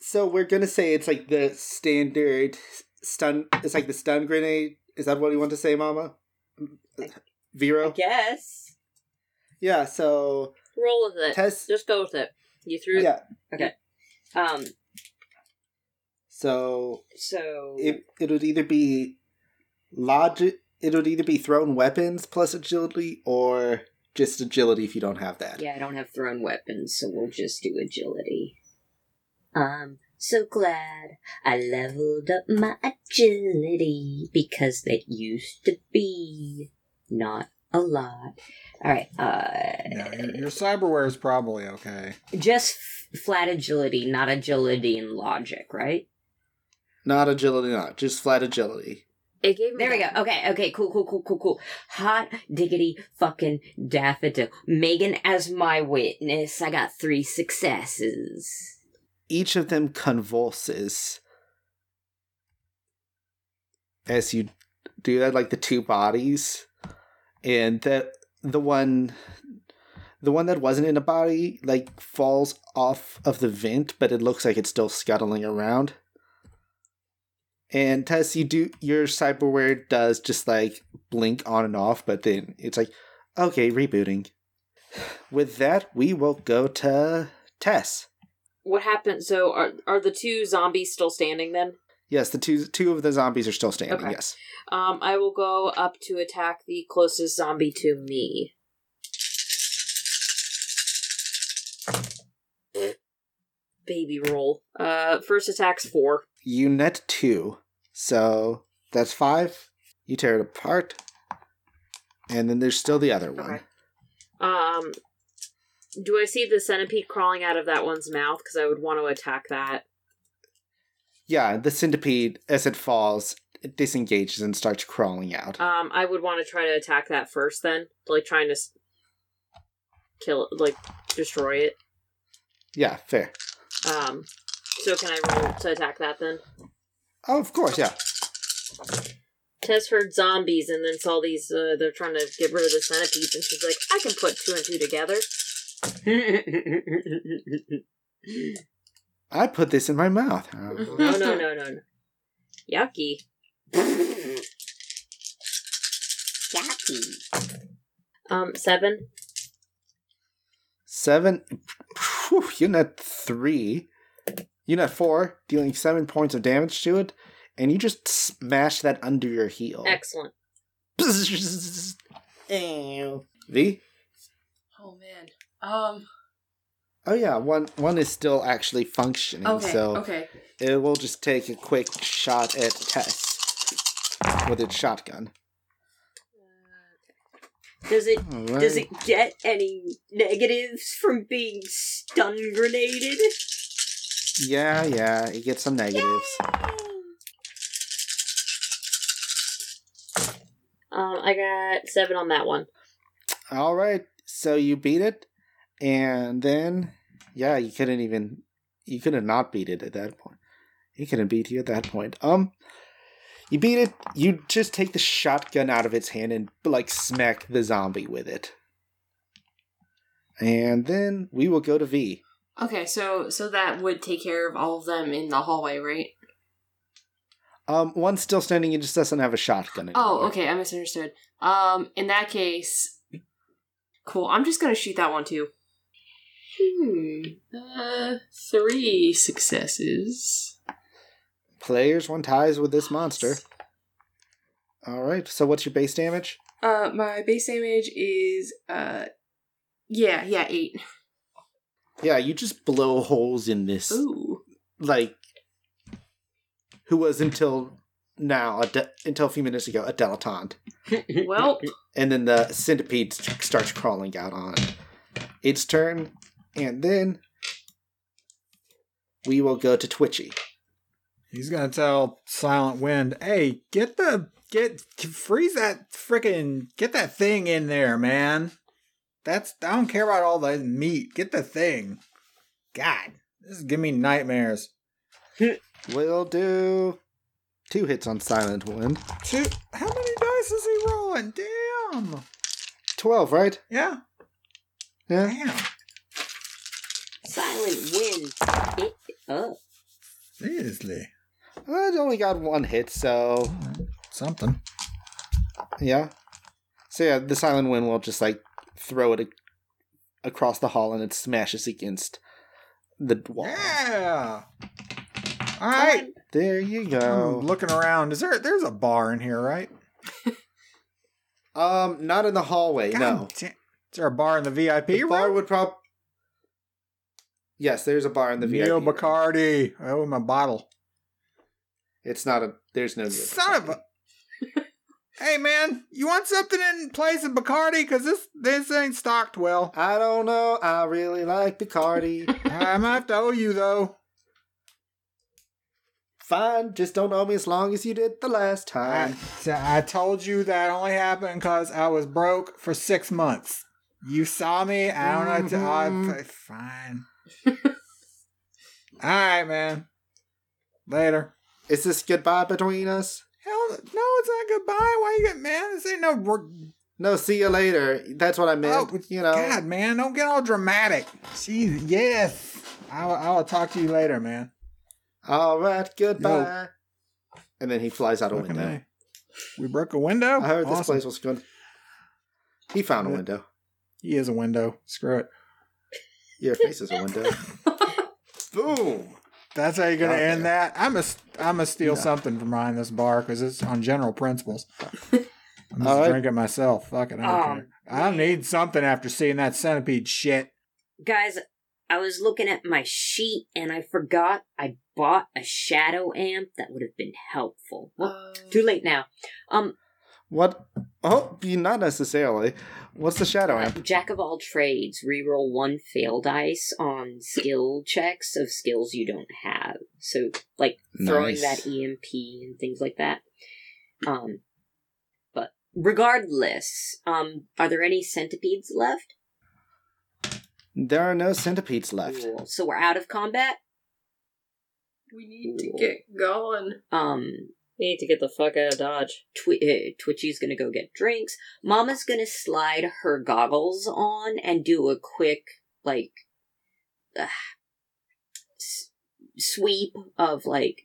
Speaker 2: so we're gonna say it's like the standard stun. It's like the stun grenade. Is that what you want to say, Mama?
Speaker 4: I
Speaker 2: Vero.
Speaker 4: guess.
Speaker 2: Yeah. So
Speaker 5: roll with it.
Speaker 2: Tess.
Speaker 5: Just go with it. You threw.
Speaker 2: Yeah.
Speaker 4: Um.
Speaker 2: So
Speaker 4: So
Speaker 2: it it would either be logic it would either be thrown weapons plus agility or just agility if you don't have that.
Speaker 4: yeah, I don't have thrown weapons, so we'll just do agility. Um. So glad I leveled up my agility because that used to be not a lot. All right. Uh,
Speaker 3: No, your, your cyberware is probably okay.
Speaker 4: just f- flat agility, not agility and logic, right?
Speaker 2: Not agility, not just flat agility.
Speaker 5: It gave me
Speaker 4: There we go.
Speaker 5: that-
Speaker 4: Okay, okay, cool, cool, cool, cool, cool. Hot diggity fucking daffodil. Megan as my witness. I got three successes.
Speaker 2: Each of them convulses as you do that, like the two bodies, and that the one the one that wasn't in a body like falls off of the vent, but it looks like it's still scuttling around. And Tess, you do your cyberware does just like blink on and off, but then it's like, okay, rebooting. With that, we will go to Tess.
Speaker 5: What happened? So are are the two zombies still standing then?
Speaker 2: Yes, the two two of the zombies are still standing.
Speaker 5: Okay.
Speaker 2: Yes,
Speaker 5: Um, I will go up to attack the closest zombie to me. baby roll. Uh, first attack's four.
Speaker 2: You net two, so that's five. You tear it apart, and then there's still the other one.
Speaker 5: Okay. Um, do I see the centipede crawling out of that one's mouth? Because I would want to attack that.
Speaker 2: Yeah, the centipede, as it falls, it disengages and starts crawling out.
Speaker 5: Um, I would want to try to attack that first, then, like trying to s- kill, it, like destroy it.
Speaker 2: yeah, fair.
Speaker 5: Um, so can I roll to attack that then?
Speaker 2: Oh, of course, yeah.
Speaker 5: Tess heard zombies and then saw these. Uh, they're trying to get rid of the centipedes, and she's like, "I can put two and two together."
Speaker 2: I put this in my mouth. Uh,
Speaker 6: Oh,
Speaker 5: No, no, no, no, no. Yucky.
Speaker 4: Yucky.
Speaker 5: Um, seven.
Speaker 2: Seven. Phew, you net three. You net four, dealing seven points of damage to it, and you just smash that under your heel.
Speaker 5: Excellent.
Speaker 2: Ew. V.
Speaker 6: Oh man. Um.
Speaker 2: Oh yeah, one one is still actually functioning,
Speaker 6: Okay.
Speaker 2: so
Speaker 6: okay.
Speaker 2: it will just take a quick shot at Tess with its shotgun.
Speaker 4: Does it
Speaker 2: Alright.
Speaker 4: does it get any negatives from being stun grenaded?
Speaker 2: Yeah, yeah, it gets some negatives.
Speaker 5: Um, I got seven on that one.
Speaker 2: All right, so you beat it, and then yeah, you couldn't even you could have not beat it at that point. It couldn't beat you at that point. Um, you beat it. You just take the shotgun out of its hand and like smack the zombie with it, and then we will go to V.
Speaker 6: Okay. So so that would take care of all of them in the hallway, right?
Speaker 2: Um, one's still standing. It just doesn't have a shotgun.
Speaker 6: Oh,
Speaker 2: anymore.
Speaker 6: okay. I misunderstood. Um. In that case, cool. I'm just gonna shoot that one too. Hmm. Uh. Three successes.
Speaker 2: Players one ties with this monster. All right. So what's your base damage?
Speaker 6: Uh, my base damage is uh, yeah, yeah, eight.
Speaker 2: Yeah, you just blow holes in this
Speaker 6: Ooh.
Speaker 2: like who was until now a de- until a few minutes ago a dilettante
Speaker 6: Well,
Speaker 2: and then the centipede st- starts crawling out on its turn and then we will go to twitchy
Speaker 3: He's gonna tell Silent Wind, "Hey, get the get freeze that frickin' get that thing in there, man. That's I don't care about all the meat. Get the thing. God, this is giving me nightmares.
Speaker 2: we'll do two hits on silent wind
Speaker 3: Shoot, how many dice is he rolling? Damn.
Speaker 2: 12 right
Speaker 3: Yeah,
Speaker 2: yeah
Speaker 3: damn.
Speaker 4: Silent wind. It up.
Speaker 3: Seriously,
Speaker 2: i only got one hit so
Speaker 3: something.
Speaker 2: yeah so yeah the silent wind will just like throw it ac- across the hall and it smashes against the wall
Speaker 3: Yeah. All right.
Speaker 2: there you go
Speaker 3: I'm looking around. Is there? There's a bar in here, right?
Speaker 2: Um, not in the hallway. no,
Speaker 3: God da- Is there a bar in the VIP
Speaker 2: the
Speaker 3: room?
Speaker 2: bar would prob. Yes, there's a bar in the VIP.
Speaker 3: Neo
Speaker 2: room.
Speaker 3: Bacardi. I owe him a bottle.
Speaker 2: It's not a. There's no. Neo
Speaker 3: Son of
Speaker 2: Bacardi.
Speaker 3: a. hey man, you want something in place of Bacardi? Cause this this ain't stocked well.
Speaker 2: I don't know. I really like Bacardi.
Speaker 3: I might have to owe you though.
Speaker 2: Fine, just don't owe me as long as you did the last
Speaker 3: I,
Speaker 2: time.
Speaker 3: I told you that only happened because I was broke for six months. You saw me. I don't know. what to-
Speaker 2: Mhm.
Speaker 3: I- fine. All right, man. Later.
Speaker 2: Is this goodbye between us?
Speaker 3: Hell no, it's not goodbye. Why you get mad? This ain't no. re-
Speaker 2: No, see you later. That's what I meant.
Speaker 3: Oh,
Speaker 2: you know.
Speaker 3: God, man, don't get all dramatic. Jeez, yes. I will, I will talk to you later, man.
Speaker 2: All right, goodbye. And then he flies out a
Speaker 3: Fucking
Speaker 2: window.
Speaker 3: A. We broke a window?
Speaker 2: I heard this
Speaker 3: Awesome.
Speaker 2: place was good. He found a window.
Speaker 3: He is a window. Screw it.
Speaker 2: Your face is a window. Boom.
Speaker 3: That's how you're going to
Speaker 2: Okay.
Speaker 3: end that? I'm going I'm to steal
Speaker 2: No.
Speaker 3: something from behind this bar because it's on general principles. I'm just
Speaker 2: All right.
Speaker 3: drinking Um, myself. Fucking I don't
Speaker 4: Oh,
Speaker 3: care. I need something after seeing that centipede shit.
Speaker 4: Guys, I was looking at my sheet and I forgot I bought a shadow amp that would have been helpful. Well,
Speaker 6: Oh.
Speaker 4: too late now. Um,
Speaker 2: What? Oh, you- not necessarily. What's the shadow amp?
Speaker 4: jack of all trades, reroll one failed dice on skill checks of skills you don't have. So, like throwing
Speaker 2: Nice.
Speaker 4: that e- EMP and things like that. Um, but regardless, um, are there any centipedes left?
Speaker 2: There are no centipedes left.
Speaker 4: Cool. So we're out of combat.
Speaker 6: We need to get going.
Speaker 4: Um,
Speaker 5: We need to get the fuck out of Dodge.
Speaker 4: Twi- uh, Twitchy's gonna go get drinks. Mama's gonna slide her goggles on and do a quick like uh, s- sweep of like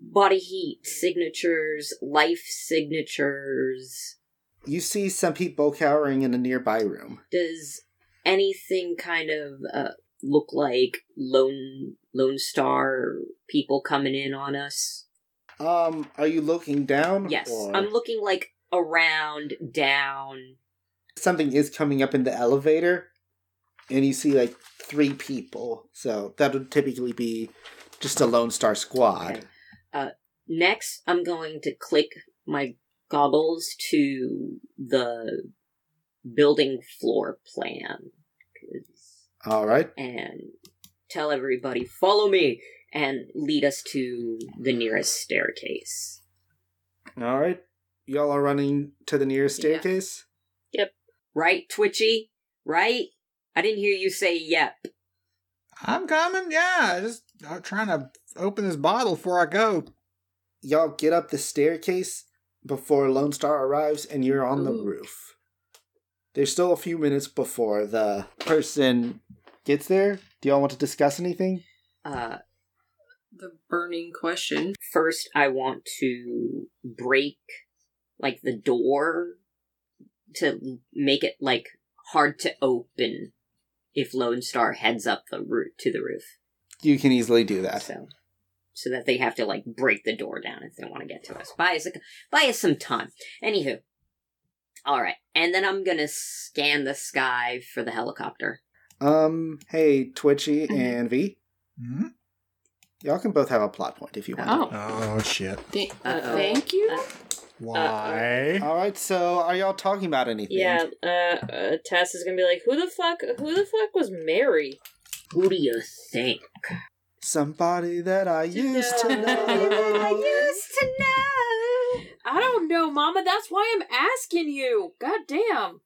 Speaker 4: body heat signatures, life signatures.
Speaker 2: You see some people cowering in a nearby room.
Speaker 4: Does anything kind of uh, look like lone lone star people coming in on us?
Speaker 2: Um, are you looking down?
Speaker 4: Yes,
Speaker 2: or-
Speaker 4: I'm looking like around, down.
Speaker 2: something is coming up in the elevator, and you see like three people. So that would typically be just a Lone Star squad.
Speaker 4: Okay. Next, I'm going to click my goggles to the building floor plan 'cause-
Speaker 2: All right.
Speaker 4: and tell everybody, follow me, and lead us to the nearest staircase.
Speaker 2: All right. Y'all are running to the nearest
Speaker 5: Yeah.
Speaker 2: staircase.
Speaker 4: Right, Twitchy? Right? I didn't hear you say yep.
Speaker 7: I'm coming. Yeah, just uh, trying to open this bottle before I go.
Speaker 2: Y'all get up the staircase before Lone Star arrives, and you're on the
Speaker 5: Ooh.
Speaker 2: roof. There's still a few minutes before the person gets there. Do y'all want to discuss anything?
Speaker 4: Uh,
Speaker 6: The burning question.
Speaker 4: first, I want to break, like, the door to make it, like, hard to open if Lone Star heads up the route to the roof.
Speaker 2: You can easily do that.
Speaker 4: So, so that they have to like break the door down if they want to get to us. Buy us, a, buy us some time. Anywho, all right, and then I'm gonna scan the sky for the helicopter.
Speaker 2: Um, hey, Twitchy and V,
Speaker 7: Hmm?
Speaker 2: y'all can both have a plot point if you want.
Speaker 5: Oh.
Speaker 7: Oh shit!
Speaker 6: Th-
Speaker 4: Uh-oh.
Speaker 6: thank you.
Speaker 7: Why?
Speaker 3: Oh.
Speaker 2: All right, so are y'all talking about anything?
Speaker 5: Yeah, uh, uh, Tess is gonna be like, who the fuck, who the fuck was Mary?
Speaker 4: Who do you think?
Speaker 2: Somebody that I used to
Speaker 4: I
Speaker 2: know.
Speaker 4: used to know.
Speaker 5: I don't know, Mama. That's why I'm asking you. God damn.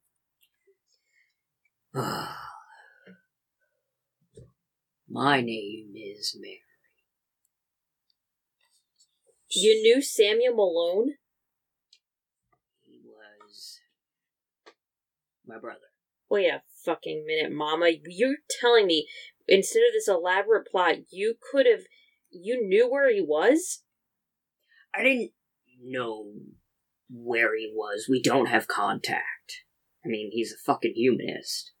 Speaker 4: My name is Mary.
Speaker 5: You knew Samuel Malone?
Speaker 4: He was my brother.
Speaker 5: Wait a fucking minute, Mama. You're telling me instead of this elaborate plot, you could have, you knew where he was?
Speaker 4: I didn't know where he was. We don't have contact. I mean, he's a fucking humanist.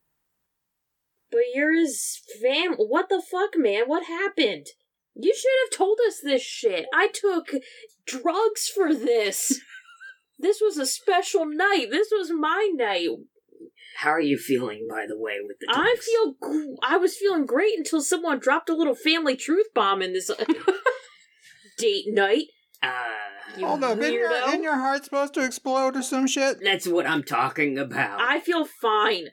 Speaker 5: But you're his fam. What the fuck, man? What happened? You should have told us this shit. I took drugs for this. this was a special night. This was my night.
Speaker 4: How are you feeling, by the way, with the
Speaker 5: I
Speaker 4: drugs?
Speaker 5: feel gr- I was feeling great until someone dropped a little family truth bomb in this uh, date night.
Speaker 4: Uh,
Speaker 5: You
Speaker 7: Hold up! Isn't your,
Speaker 5: weirdo.
Speaker 7: isn't your heart supposed to explode or some shit?
Speaker 4: that's what I'm talking about.
Speaker 5: I feel fine.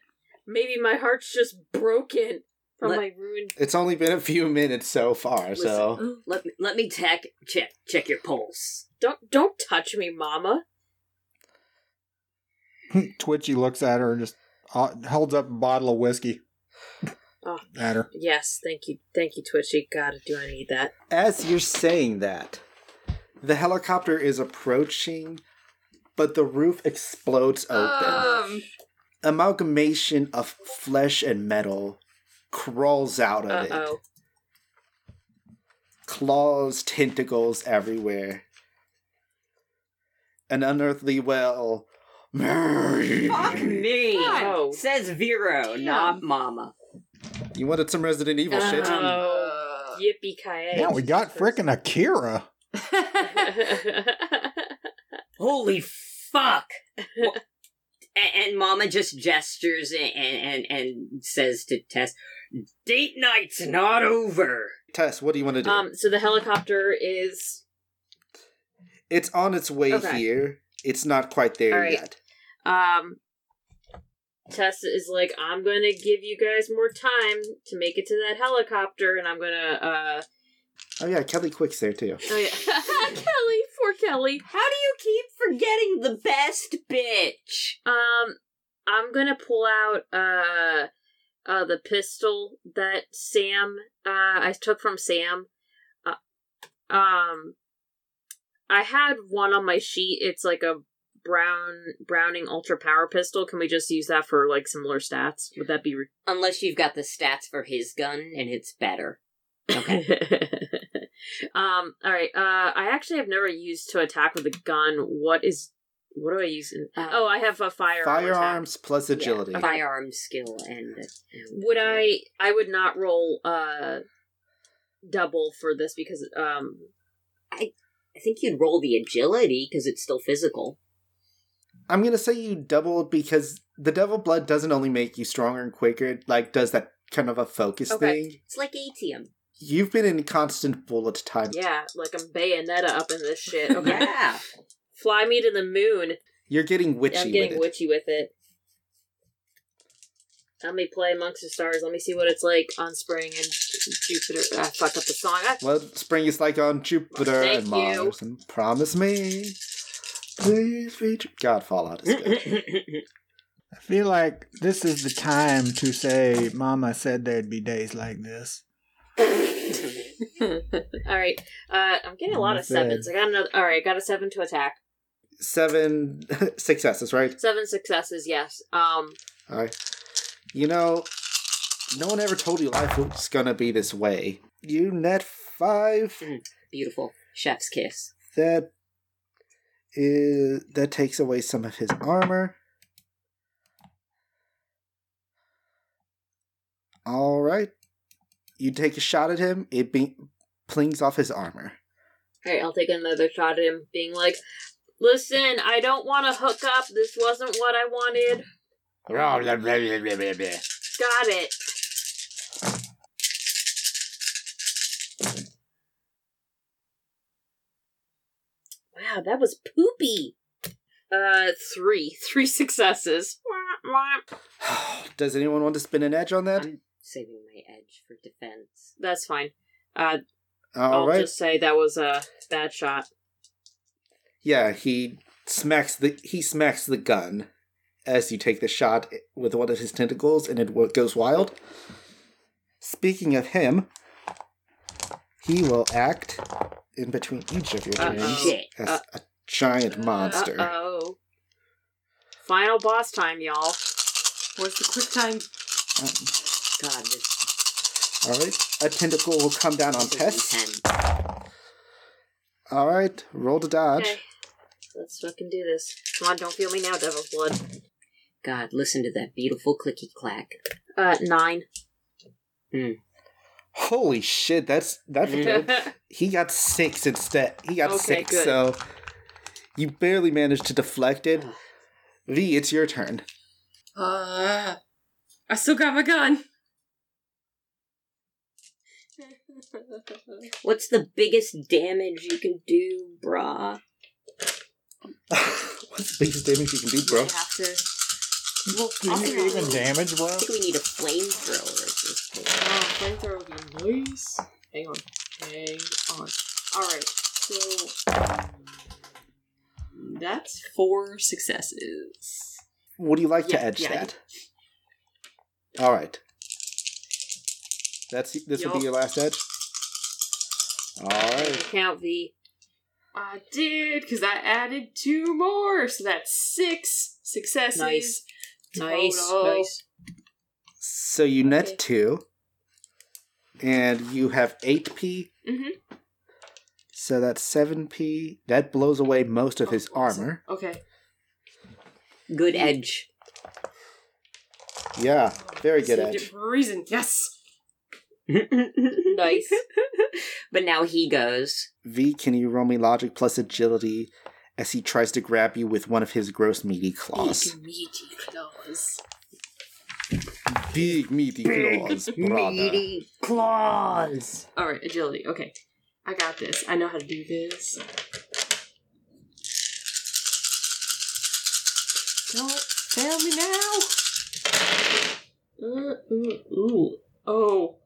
Speaker 5: Maybe my heart's just broken from
Speaker 4: Let-
Speaker 5: my ruined.
Speaker 2: It's only been a few minutes so far, so
Speaker 4: let me, let me check check check your pulse.
Speaker 5: Don't don't touch me, Mama.
Speaker 7: Twitchy looks at her and just uh, holds up a bottle of whiskey
Speaker 5: Oh.
Speaker 7: at her.
Speaker 5: Yes, thank you, thank you, Twitchy. God, do I need that?
Speaker 2: as you're saying that, the helicopter is approaching, but the roof explodes open.
Speaker 6: Um,
Speaker 2: Amalgamation of flesh and metal crawls out of
Speaker 5: Uh
Speaker 2: it.
Speaker 5: oh.
Speaker 2: Claws, tentacles everywhere. An unearthly well.
Speaker 4: Fuck me,
Speaker 5: Oh.
Speaker 4: says Vero,
Speaker 6: Damn.
Speaker 4: not Mama.
Speaker 2: You wanted some Resident Evil shit.
Speaker 4: Uh-huh.
Speaker 6: Uh,
Speaker 5: Oh, yippee ki
Speaker 7: Yeah, we got frickin' Akira.
Speaker 4: Holy fuck! Wha- A- and Mama just gestures and and and, and says to Tess, Date night's not over.
Speaker 2: Tess, what do you want to do?
Speaker 5: Um, so the helicopter is
Speaker 2: it's on its way
Speaker 5: okay.
Speaker 2: here. It's not quite there
Speaker 5: All right.
Speaker 2: yet.
Speaker 5: um Tessa is like, I'm gonna give you guys more time to make it to that helicopter and I'm gonna uh
Speaker 2: Oh yeah, Kelly Quick's there too.
Speaker 5: oh yeah Kelly, for Kelly.
Speaker 4: How do you keep forgetting the best bitch?
Speaker 5: Um, I'm gonna pull out uh, uh, the pistol that Sam uh I took from Sam. Uh, um, I had one on my sheet. It's like a brown Browning Ultra Power pistol. Can we just use that for like similar stats? Would that be re-
Speaker 4: Unless you've got the stats for his gun and it's better. Okay.
Speaker 5: um. All right. Uh, I actually have never used to attack with a gun. What is? What do I use? In- oh, I have a firearm. attack.
Speaker 2: Uh, Firearms plus
Speaker 4: Yeah,
Speaker 2: agility.
Speaker 4: a firearm skill and.
Speaker 5: would i i would not roll uh double for this because um
Speaker 4: I think you'd roll the agility because it's still physical.
Speaker 2: I'm gonna say you double because the devil blood doesn't only make you stronger and quicker. It like does that kind of a focus
Speaker 5: Okay.
Speaker 2: thing.
Speaker 4: It's like ATM.
Speaker 2: You've been in constant bullet time.
Speaker 5: yeah like i'm bayonetta up in this shit okay
Speaker 4: Yeah.
Speaker 5: fly me to the moon
Speaker 2: You're getting witchy.
Speaker 5: i'm getting
Speaker 2: with it.
Speaker 5: witchy with it let me play amongst the stars let me see what it's like on spring and jupiter i fucked up the song I-
Speaker 2: What spring is like on Jupiter
Speaker 5: Thank
Speaker 2: and Mars. And promise me, please be true. God, Fallout is good.
Speaker 7: I feel like this is the time to say, Mama said there'd be days like this.
Speaker 5: all right uh i'm getting a lot of
Speaker 7: Not bad.
Speaker 5: sevens i got another all right i got a seven to attack
Speaker 2: Seven successes, right?
Speaker 5: seven successes yes um
Speaker 2: All right. You know, no one ever told you life was gonna be this way. You net five.
Speaker 4: Beautiful. Chef's kiss.
Speaker 2: That is that takes away some of his armor. All right. You take a shot at him. It be- plings off his armor.
Speaker 5: All right, I'll take another shot at him, being like, "Listen, I don't want to hook up. This wasn't what I wanted. Got it." Wow, that was poopy. Uh, three, three successes. Wah, wah.
Speaker 2: Does anyone want to spin an edge on that?
Speaker 4: I'm saving my edge for defense.
Speaker 5: That's fine. Uh, I'll
Speaker 2: All right.
Speaker 5: just say that was a bad shot.
Speaker 2: Yeah, he smacks the he smacks the gun as you take the shot with one of his tentacles, and it wo- goes wild. Speaking of him, he will act in between each of your
Speaker 5: Uh-oh.
Speaker 2: turns
Speaker 4: Oh, Shit.
Speaker 2: as
Speaker 5: Uh-
Speaker 2: a giant monster.
Speaker 5: Oh, final boss time, y'all.
Speaker 6: Where's the quick time?
Speaker 4: God, this
Speaker 2: Mm, All right, a tentacle will come down on
Speaker 4: is
Speaker 2: Tess.
Speaker 4: intense.
Speaker 2: All right, roll to dodge.
Speaker 5: Okay. Let's fucking do this. Come on, don't feel me now, devil's blood.
Speaker 4: God, listen to that beautiful clicky clack.
Speaker 5: Uh, nine.
Speaker 2: Holy shit, that's that's
Speaker 4: Mm.
Speaker 2: he got six instead. He got
Speaker 5: Okay,
Speaker 2: six,
Speaker 5: good.
Speaker 2: so you barely managed to deflect it. V, it's your turn.
Speaker 6: Uh, I still got my gun.
Speaker 4: What's the biggest damage you can do, brah?
Speaker 2: What's the biggest damage you can do,
Speaker 5: We
Speaker 2: bro?
Speaker 5: have to.
Speaker 4: Also,
Speaker 7: Did you even damage, bro?
Speaker 4: I think we need a flamethrower at this point.
Speaker 6: Oh, flamethrower would be nice. Hang on. Hang on. Alright, so. That's four successes.
Speaker 2: Would you like
Speaker 6: Yeah,
Speaker 2: to edge
Speaker 6: yeah, I
Speaker 2: that? All right. That's this will
Speaker 5: Yup.
Speaker 2: be your last edge. All right.
Speaker 5: Count V.
Speaker 6: I did, because I added two more, so that's six successes.
Speaker 5: Nice. Nice.
Speaker 6: Total.
Speaker 5: Nice.
Speaker 2: So you net
Speaker 6: Okay.
Speaker 2: two, and you have eight p.
Speaker 6: Mhm.
Speaker 2: So that's seven p. That blows away most of his
Speaker 6: Oh, awesome.
Speaker 2: armor.
Speaker 6: Okay.
Speaker 4: Good edge.
Speaker 2: Yeah, very good
Speaker 6: Saved it
Speaker 2: edge.
Speaker 6: for a reason. Yes!
Speaker 4: nice. but now he goes.
Speaker 2: V, can you roll me logic plus agility as he tries to grab you with one of his gross meaty claws?
Speaker 6: Big meaty claws.
Speaker 2: Big meaty claws, brother.
Speaker 4: Meaty claws.
Speaker 6: All right, agility. Okay, I got this. I know how to do this. Don't fail me now. Uh, ooh, ooh. Oh,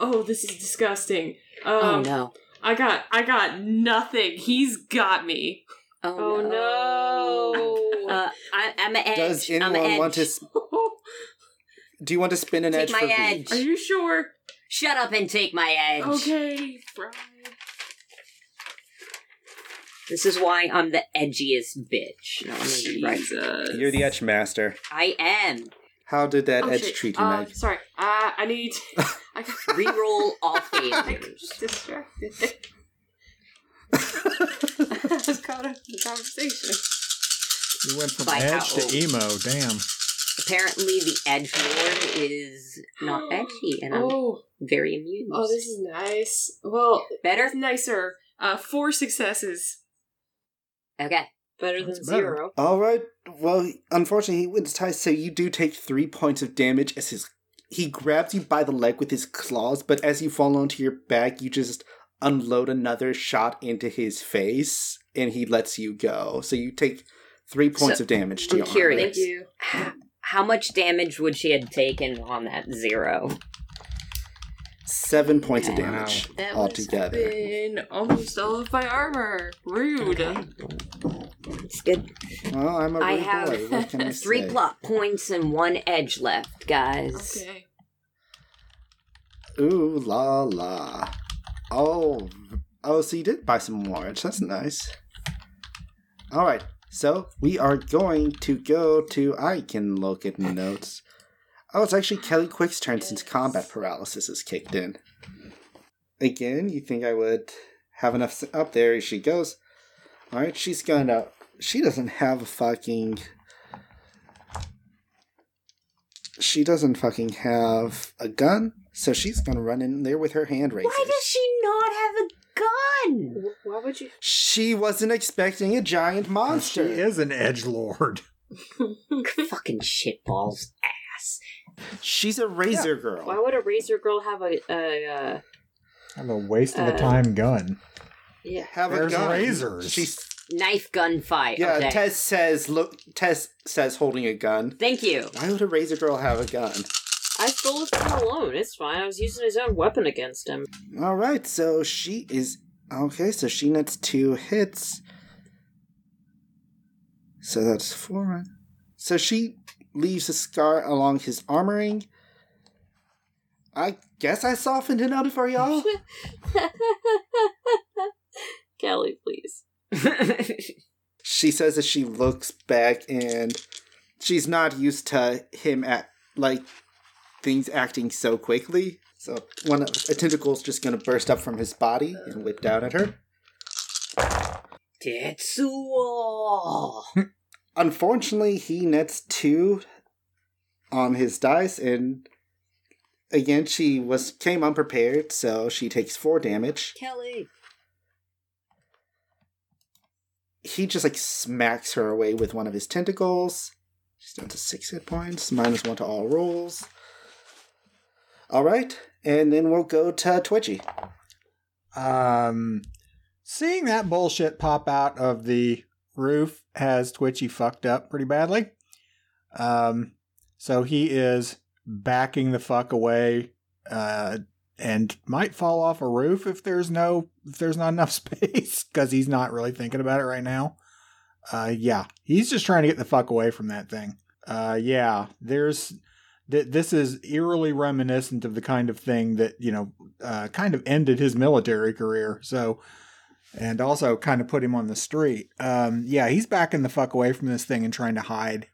Speaker 6: oh, this is disgusting. Um,
Speaker 4: Oh no.
Speaker 6: I got, I got nothing. He's got me. Oh,
Speaker 4: Oh,
Speaker 5: Oh no!
Speaker 4: Uh, I, I'm an edge.
Speaker 2: Does
Speaker 4: I'm an
Speaker 2: anyone
Speaker 4: edge.
Speaker 2: want to? s- Do you want to spin an
Speaker 4: Take
Speaker 2: edge
Speaker 4: my
Speaker 2: for me?
Speaker 6: Are
Speaker 4: edge.
Speaker 6: you sure?
Speaker 4: Shut up and take my edge.
Speaker 6: Okay, Brian.
Speaker 4: This is why I'm the edgiest bitch. No, I'm gonna be right.
Speaker 6: Jesus.
Speaker 2: You're the edge master.
Speaker 4: I am.
Speaker 2: How did that
Speaker 6: Oh,
Speaker 2: edge
Speaker 6: shit.
Speaker 2: treat you,
Speaker 6: uh,
Speaker 2: Meg?
Speaker 6: Sorry, uh, I need. I got
Speaker 4: Reroll all
Speaker 6: I
Speaker 4: failures.
Speaker 6: got distracted.
Speaker 4: Uh,
Speaker 6: I was caught up in the conversation.
Speaker 3: You went from
Speaker 4: By
Speaker 3: edge
Speaker 4: how?
Speaker 3: to emo. Damn.
Speaker 4: Apparently, the edge lord is not edgy, and I'm
Speaker 6: Oh,
Speaker 4: very amused.
Speaker 6: oh, this is nice. Well,
Speaker 4: better.
Speaker 6: that's nicer. Uh, four successes.
Speaker 4: Okay.
Speaker 5: better than
Speaker 3: That's better.
Speaker 5: zero.
Speaker 2: All right. Well, unfortunately, he wins tie, so you do take three points of damage as his he grabs you by the leg with his claws. But as you fall onto your back, you just unload another shot into his face, and he lets you go. So you take three points
Speaker 4: So,
Speaker 2: of damage to
Speaker 4: I'm
Speaker 2: your armor.
Speaker 4: curious.
Speaker 6: Thank you.
Speaker 4: How much damage would she have taken on that zero?
Speaker 2: Seven points of
Speaker 4: Wow.
Speaker 2: damage
Speaker 6: That was
Speaker 2: altogether.
Speaker 6: been almost all of my armor. Rude.
Speaker 4: It's good.
Speaker 2: Well, I'm a
Speaker 6: Oh,
Speaker 2: rude
Speaker 4: I have
Speaker 2: boy. What can I
Speaker 4: Three
Speaker 2: say?
Speaker 4: plot points and one edge left, guys.
Speaker 6: Okay.
Speaker 2: Ooh la la. Oh, oh, so you did buy some more. edge. That's nice. All right, so we are going to go to. I can look at notes. Oh, it's actually Kelly Quick's turn since combat paralysis is kicked in. Again, you think I would have enough s- up there? She goes. All right, she's gonna. She doesn't have a fucking. She doesn't fucking have a gun, so she's gonna run in there with her hand raised.
Speaker 4: Why does she not have a gun?
Speaker 5: Why would you?
Speaker 2: She wasn't expecting a giant
Speaker 3: She
Speaker 2: monster.
Speaker 3: is an edge lord.
Speaker 4: Fucking shitballs ass.
Speaker 2: She's a razor girl.
Speaker 5: Why would a razor girl have a? a uh,
Speaker 3: I'm a waste of a
Speaker 5: Uh,
Speaker 3: time gun.
Speaker 5: yeah.
Speaker 2: have
Speaker 3: There's
Speaker 2: a gun.
Speaker 3: razors.
Speaker 2: She's
Speaker 4: Knife gunfight.
Speaker 2: yeah.
Speaker 4: okay.
Speaker 2: Tess says. Look, Tess says holding a gun.
Speaker 4: Thank you.
Speaker 2: Why would a razor girl have a gun?
Speaker 5: I stole it from alone. It's fine. I was using his own weapon against him.
Speaker 2: All right, so she is okay. So she nets two hits. So that's four. So she leaves a scar along his armoring. I guess I softened it up for y'all.
Speaker 5: Kelly, please.
Speaker 2: she says that she looks back and she's not used to him at like things acting so quickly. So one of a tentacle's just gonna burst up from his body and whip down at her.
Speaker 4: Tetsuo.
Speaker 2: Unfortunately, he nets two on his dice, and again she was came unprepared, so she takes four damage.
Speaker 4: Kelly.
Speaker 2: he just like smacks her away with one of his tentacles. She's down to six hit points, minus one to all rolls. All right, and then we'll go to Twitchy.
Speaker 3: Um, seeing that bullshit pop out of the roof has Twitchy fucked up pretty badly. Um, so he is backing the fuck away, uh, and might fall off a roof if there's no if there's not enough space because he's not really thinking about it right now. Uh, yeah, he's just trying to get the fuck away from that thing. Uh, yeah, there's. th- This is eerily reminiscent of the kind of thing that you know uh, kind of ended his military career. So, and also kind of put him on the street. Um, yeah, he's backing the fuck away from this thing and trying to hide.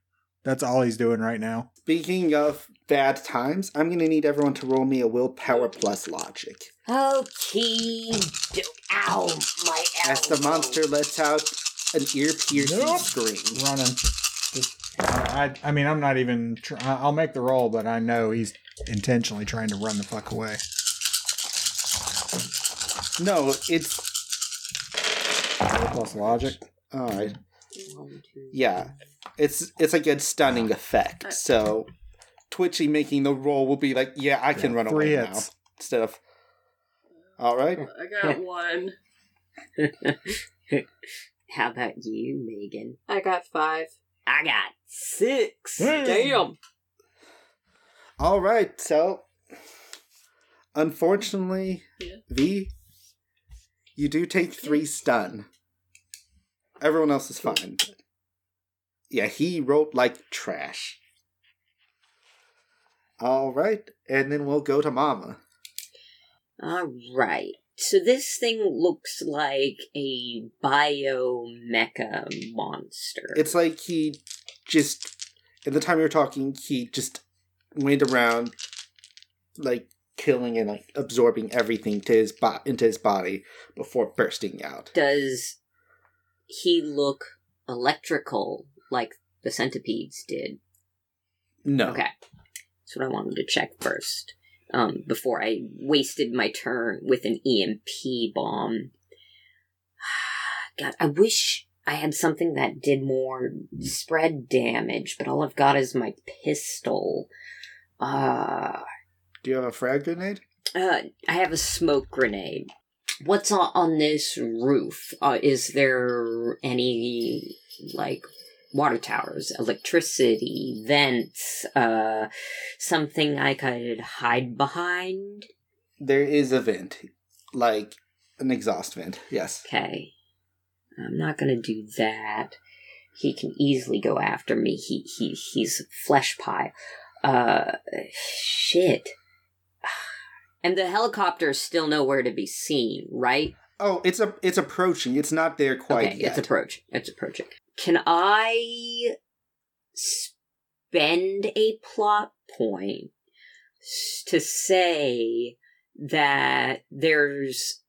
Speaker 3: That's all he's doing right now.
Speaker 2: Speaking of bad times, I'm gonna need everyone to roll me a willpower plus logic.
Speaker 4: Okay. Do- Ow, my elbow.
Speaker 2: As the monster lets out an ear piercing
Speaker 3: Nope.
Speaker 2: scream.
Speaker 3: Running. Just, I, I mean, I'm not even. Tr- I- I'll make the roll, but I know he's intentionally trying to run the fuck away.
Speaker 2: No, it's
Speaker 3: Plus logic.
Speaker 2: all right.
Speaker 4: One, two, Uh,
Speaker 2: Yeah, it's it's like a stunning effect. So Twitchy making the roll will be like, yeah, I can
Speaker 3: Yeah,
Speaker 2: run
Speaker 3: three
Speaker 2: away
Speaker 3: hits.
Speaker 2: now. Instead of, all right.
Speaker 6: I got one.
Speaker 4: How about you, Megan?
Speaker 5: I got five.
Speaker 4: I got six.
Speaker 5: Damn.
Speaker 2: All right, so unfortunately,
Speaker 6: Yeah.
Speaker 2: V, you do take three stun. Everyone else is fine. Yeah, he rolled like trash. All right, and then we'll go to Mama.
Speaker 4: All right. So this thing looks like a biomecha monster.
Speaker 2: It's like he just, at the time you were talking, he just went around like killing and like absorbing everything to his bo- into his body before bursting out.
Speaker 4: Does he look electrical like the centipedes did?
Speaker 2: No.
Speaker 4: Okay. That's what I wanted to check first. Um, before I wasted my turn with an EMP bomb. God, I wish I had something that did more spread damage, but all I've got is my pistol. Uh,
Speaker 2: Do you have a frag grenade?
Speaker 4: uh I have a smoke grenade. What's on, on this roof? Uh, is there any like water towers, electricity, vents, uh something I could hide behind?
Speaker 2: There is a vent, like an exhaust vent. Yes.
Speaker 4: Okay. I'm not going to do that. He can easily go after me. He he he's a flesh pie. Uh shit. And the helicopter is still nowhere to be seen, right?
Speaker 2: Oh, it's a it's approaching. It's not there quite
Speaker 4: okay,
Speaker 2: yet.
Speaker 4: it's approach. It's approaching. Can I spend a plot point s- to say that there's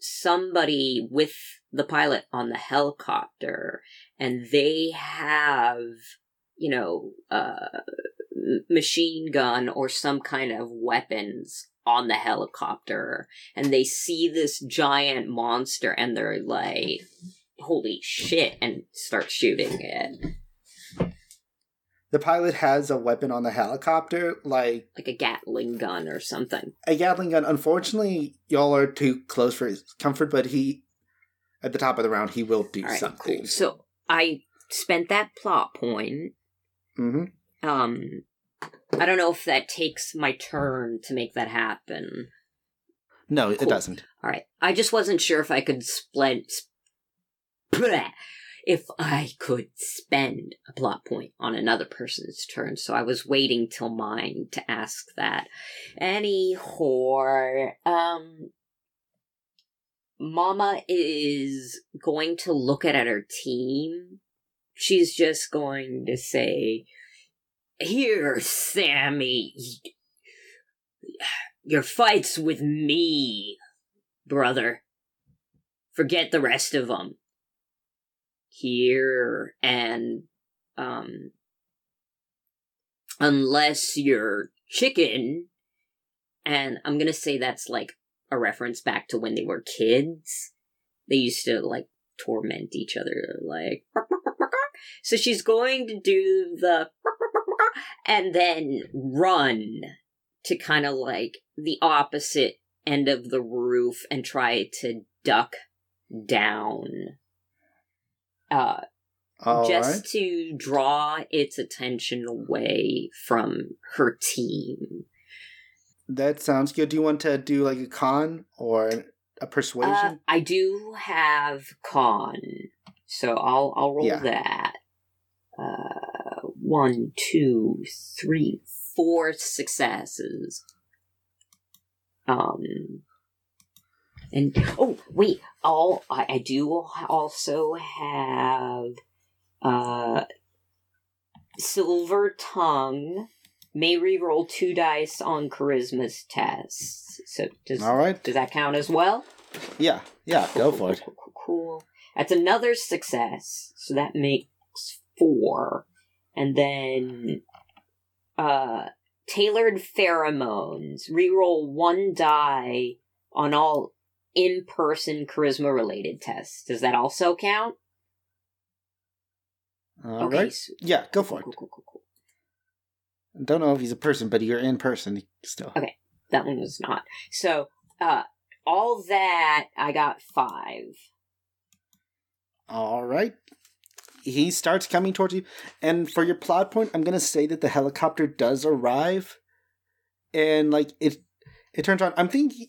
Speaker 4: somebody with the pilot on the helicopter and they have you know uh m- machine gun or some kind of weapons on the helicopter and they see this giant monster and they're like holy shit and start shooting it
Speaker 2: the pilot has a weapon on the helicopter, like
Speaker 4: like a gatling gun or something
Speaker 2: a Gatling gun. Unfortunately, y'all are too close for his comfort, but he at the top of the round he will do
Speaker 4: all right
Speaker 2: something.
Speaker 4: cool so i spent that plot point
Speaker 2: hmm
Speaker 4: um i don't know if that takes my turn to make that happen
Speaker 2: No, it
Speaker 4: Cool.
Speaker 2: doesn't.
Speaker 4: all right i just wasn't sure if i could split bleh, if i could spend a plot point on another person's turn so i was waiting till mine to ask that any whore um Mama is going to look at, at her team. She's just going to say, Here, Sammy, your fight's with me, brother. Forget the rest of them. Here, and, um, unless you're chicken, and I'm gonna say that's like a reference back to when they were kids. They used to like torment each other, like. So she's going to do the and then run to kind of like the opposite end of the roof and try to duck down. Uh,
Speaker 2: All right.
Speaker 4: just to draw its attention away from her team.
Speaker 2: That sounds good. Do you want to do like a con or a persuasion?
Speaker 4: Uh, I do have con, so I'll I'll roll
Speaker 2: Yeah.
Speaker 4: that. Uh, one, two, three, four successes. Um, and oh wait, all I, I do also have uh silver tongue. May re-roll two dice on charisma's tests. So does
Speaker 2: All right.
Speaker 4: does that count as well?
Speaker 2: Yeah. Yeah. Go for it.
Speaker 4: Cool, cool, cool. That's another success. So that makes four. And then uh tailored pheromones. Reroll one die on all in person charisma related tests. Does that also count?
Speaker 2: All right.
Speaker 4: so-
Speaker 2: Yeah. Go for
Speaker 4: cool,
Speaker 2: it.
Speaker 4: cool, cool, cool, cool.
Speaker 2: Don't know if he's a person, but you're in person still.
Speaker 4: Okay. That one was not. So, uh, all that I got five.
Speaker 2: All right. He starts coming towards you. And for your plot point, I'm going to say that the helicopter does arrive. And like it it turns out I'm thinking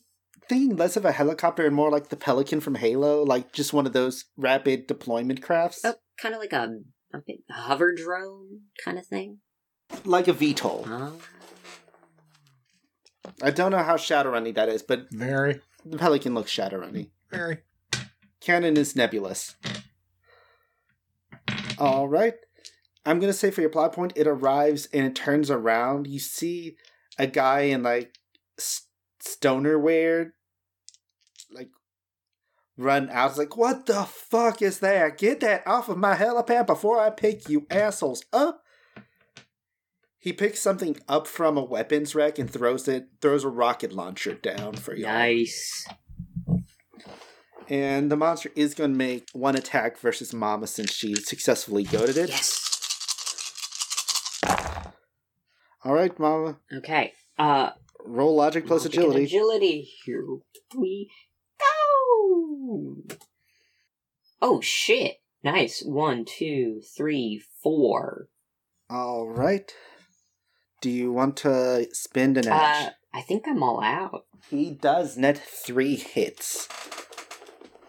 Speaker 2: thinking less of a helicopter and more like the pelican from Halo, like just one of those rapid deployment crafts.
Speaker 4: Oh, kind of like a, a big hover drone kind of thing.
Speaker 2: Like a VTOL.
Speaker 4: Oh.
Speaker 2: I don't know how Shadowrunny that is, but
Speaker 3: Very,
Speaker 2: the pelican looks Shadowrunny.
Speaker 3: very.
Speaker 2: Canon is nebulous. All right. I'm going to say for your plot point, it arrives and it turns around. You see a guy in like s- stoner wear, like run out. It's like, what the fuck is that? Get that off of my helipad before I pick you assholes up. He picks something up from a weapons rack and throws it, throws a rocket launcher down for you.
Speaker 4: Nice.
Speaker 2: And the monster is going to make one attack versus Mama since she successfully goaded it.
Speaker 4: Yes.
Speaker 2: All right, Mama.
Speaker 4: Okay. Uh,
Speaker 2: Roll logic plus
Speaker 4: logic and
Speaker 2: agility.
Speaker 4: Agility. Here we go. Oh shit! Nice. One, two, three, four.
Speaker 2: All right. Do you want to spend an
Speaker 4: Uh,
Speaker 2: action?
Speaker 4: I think I'm all out.
Speaker 2: he does net three hits.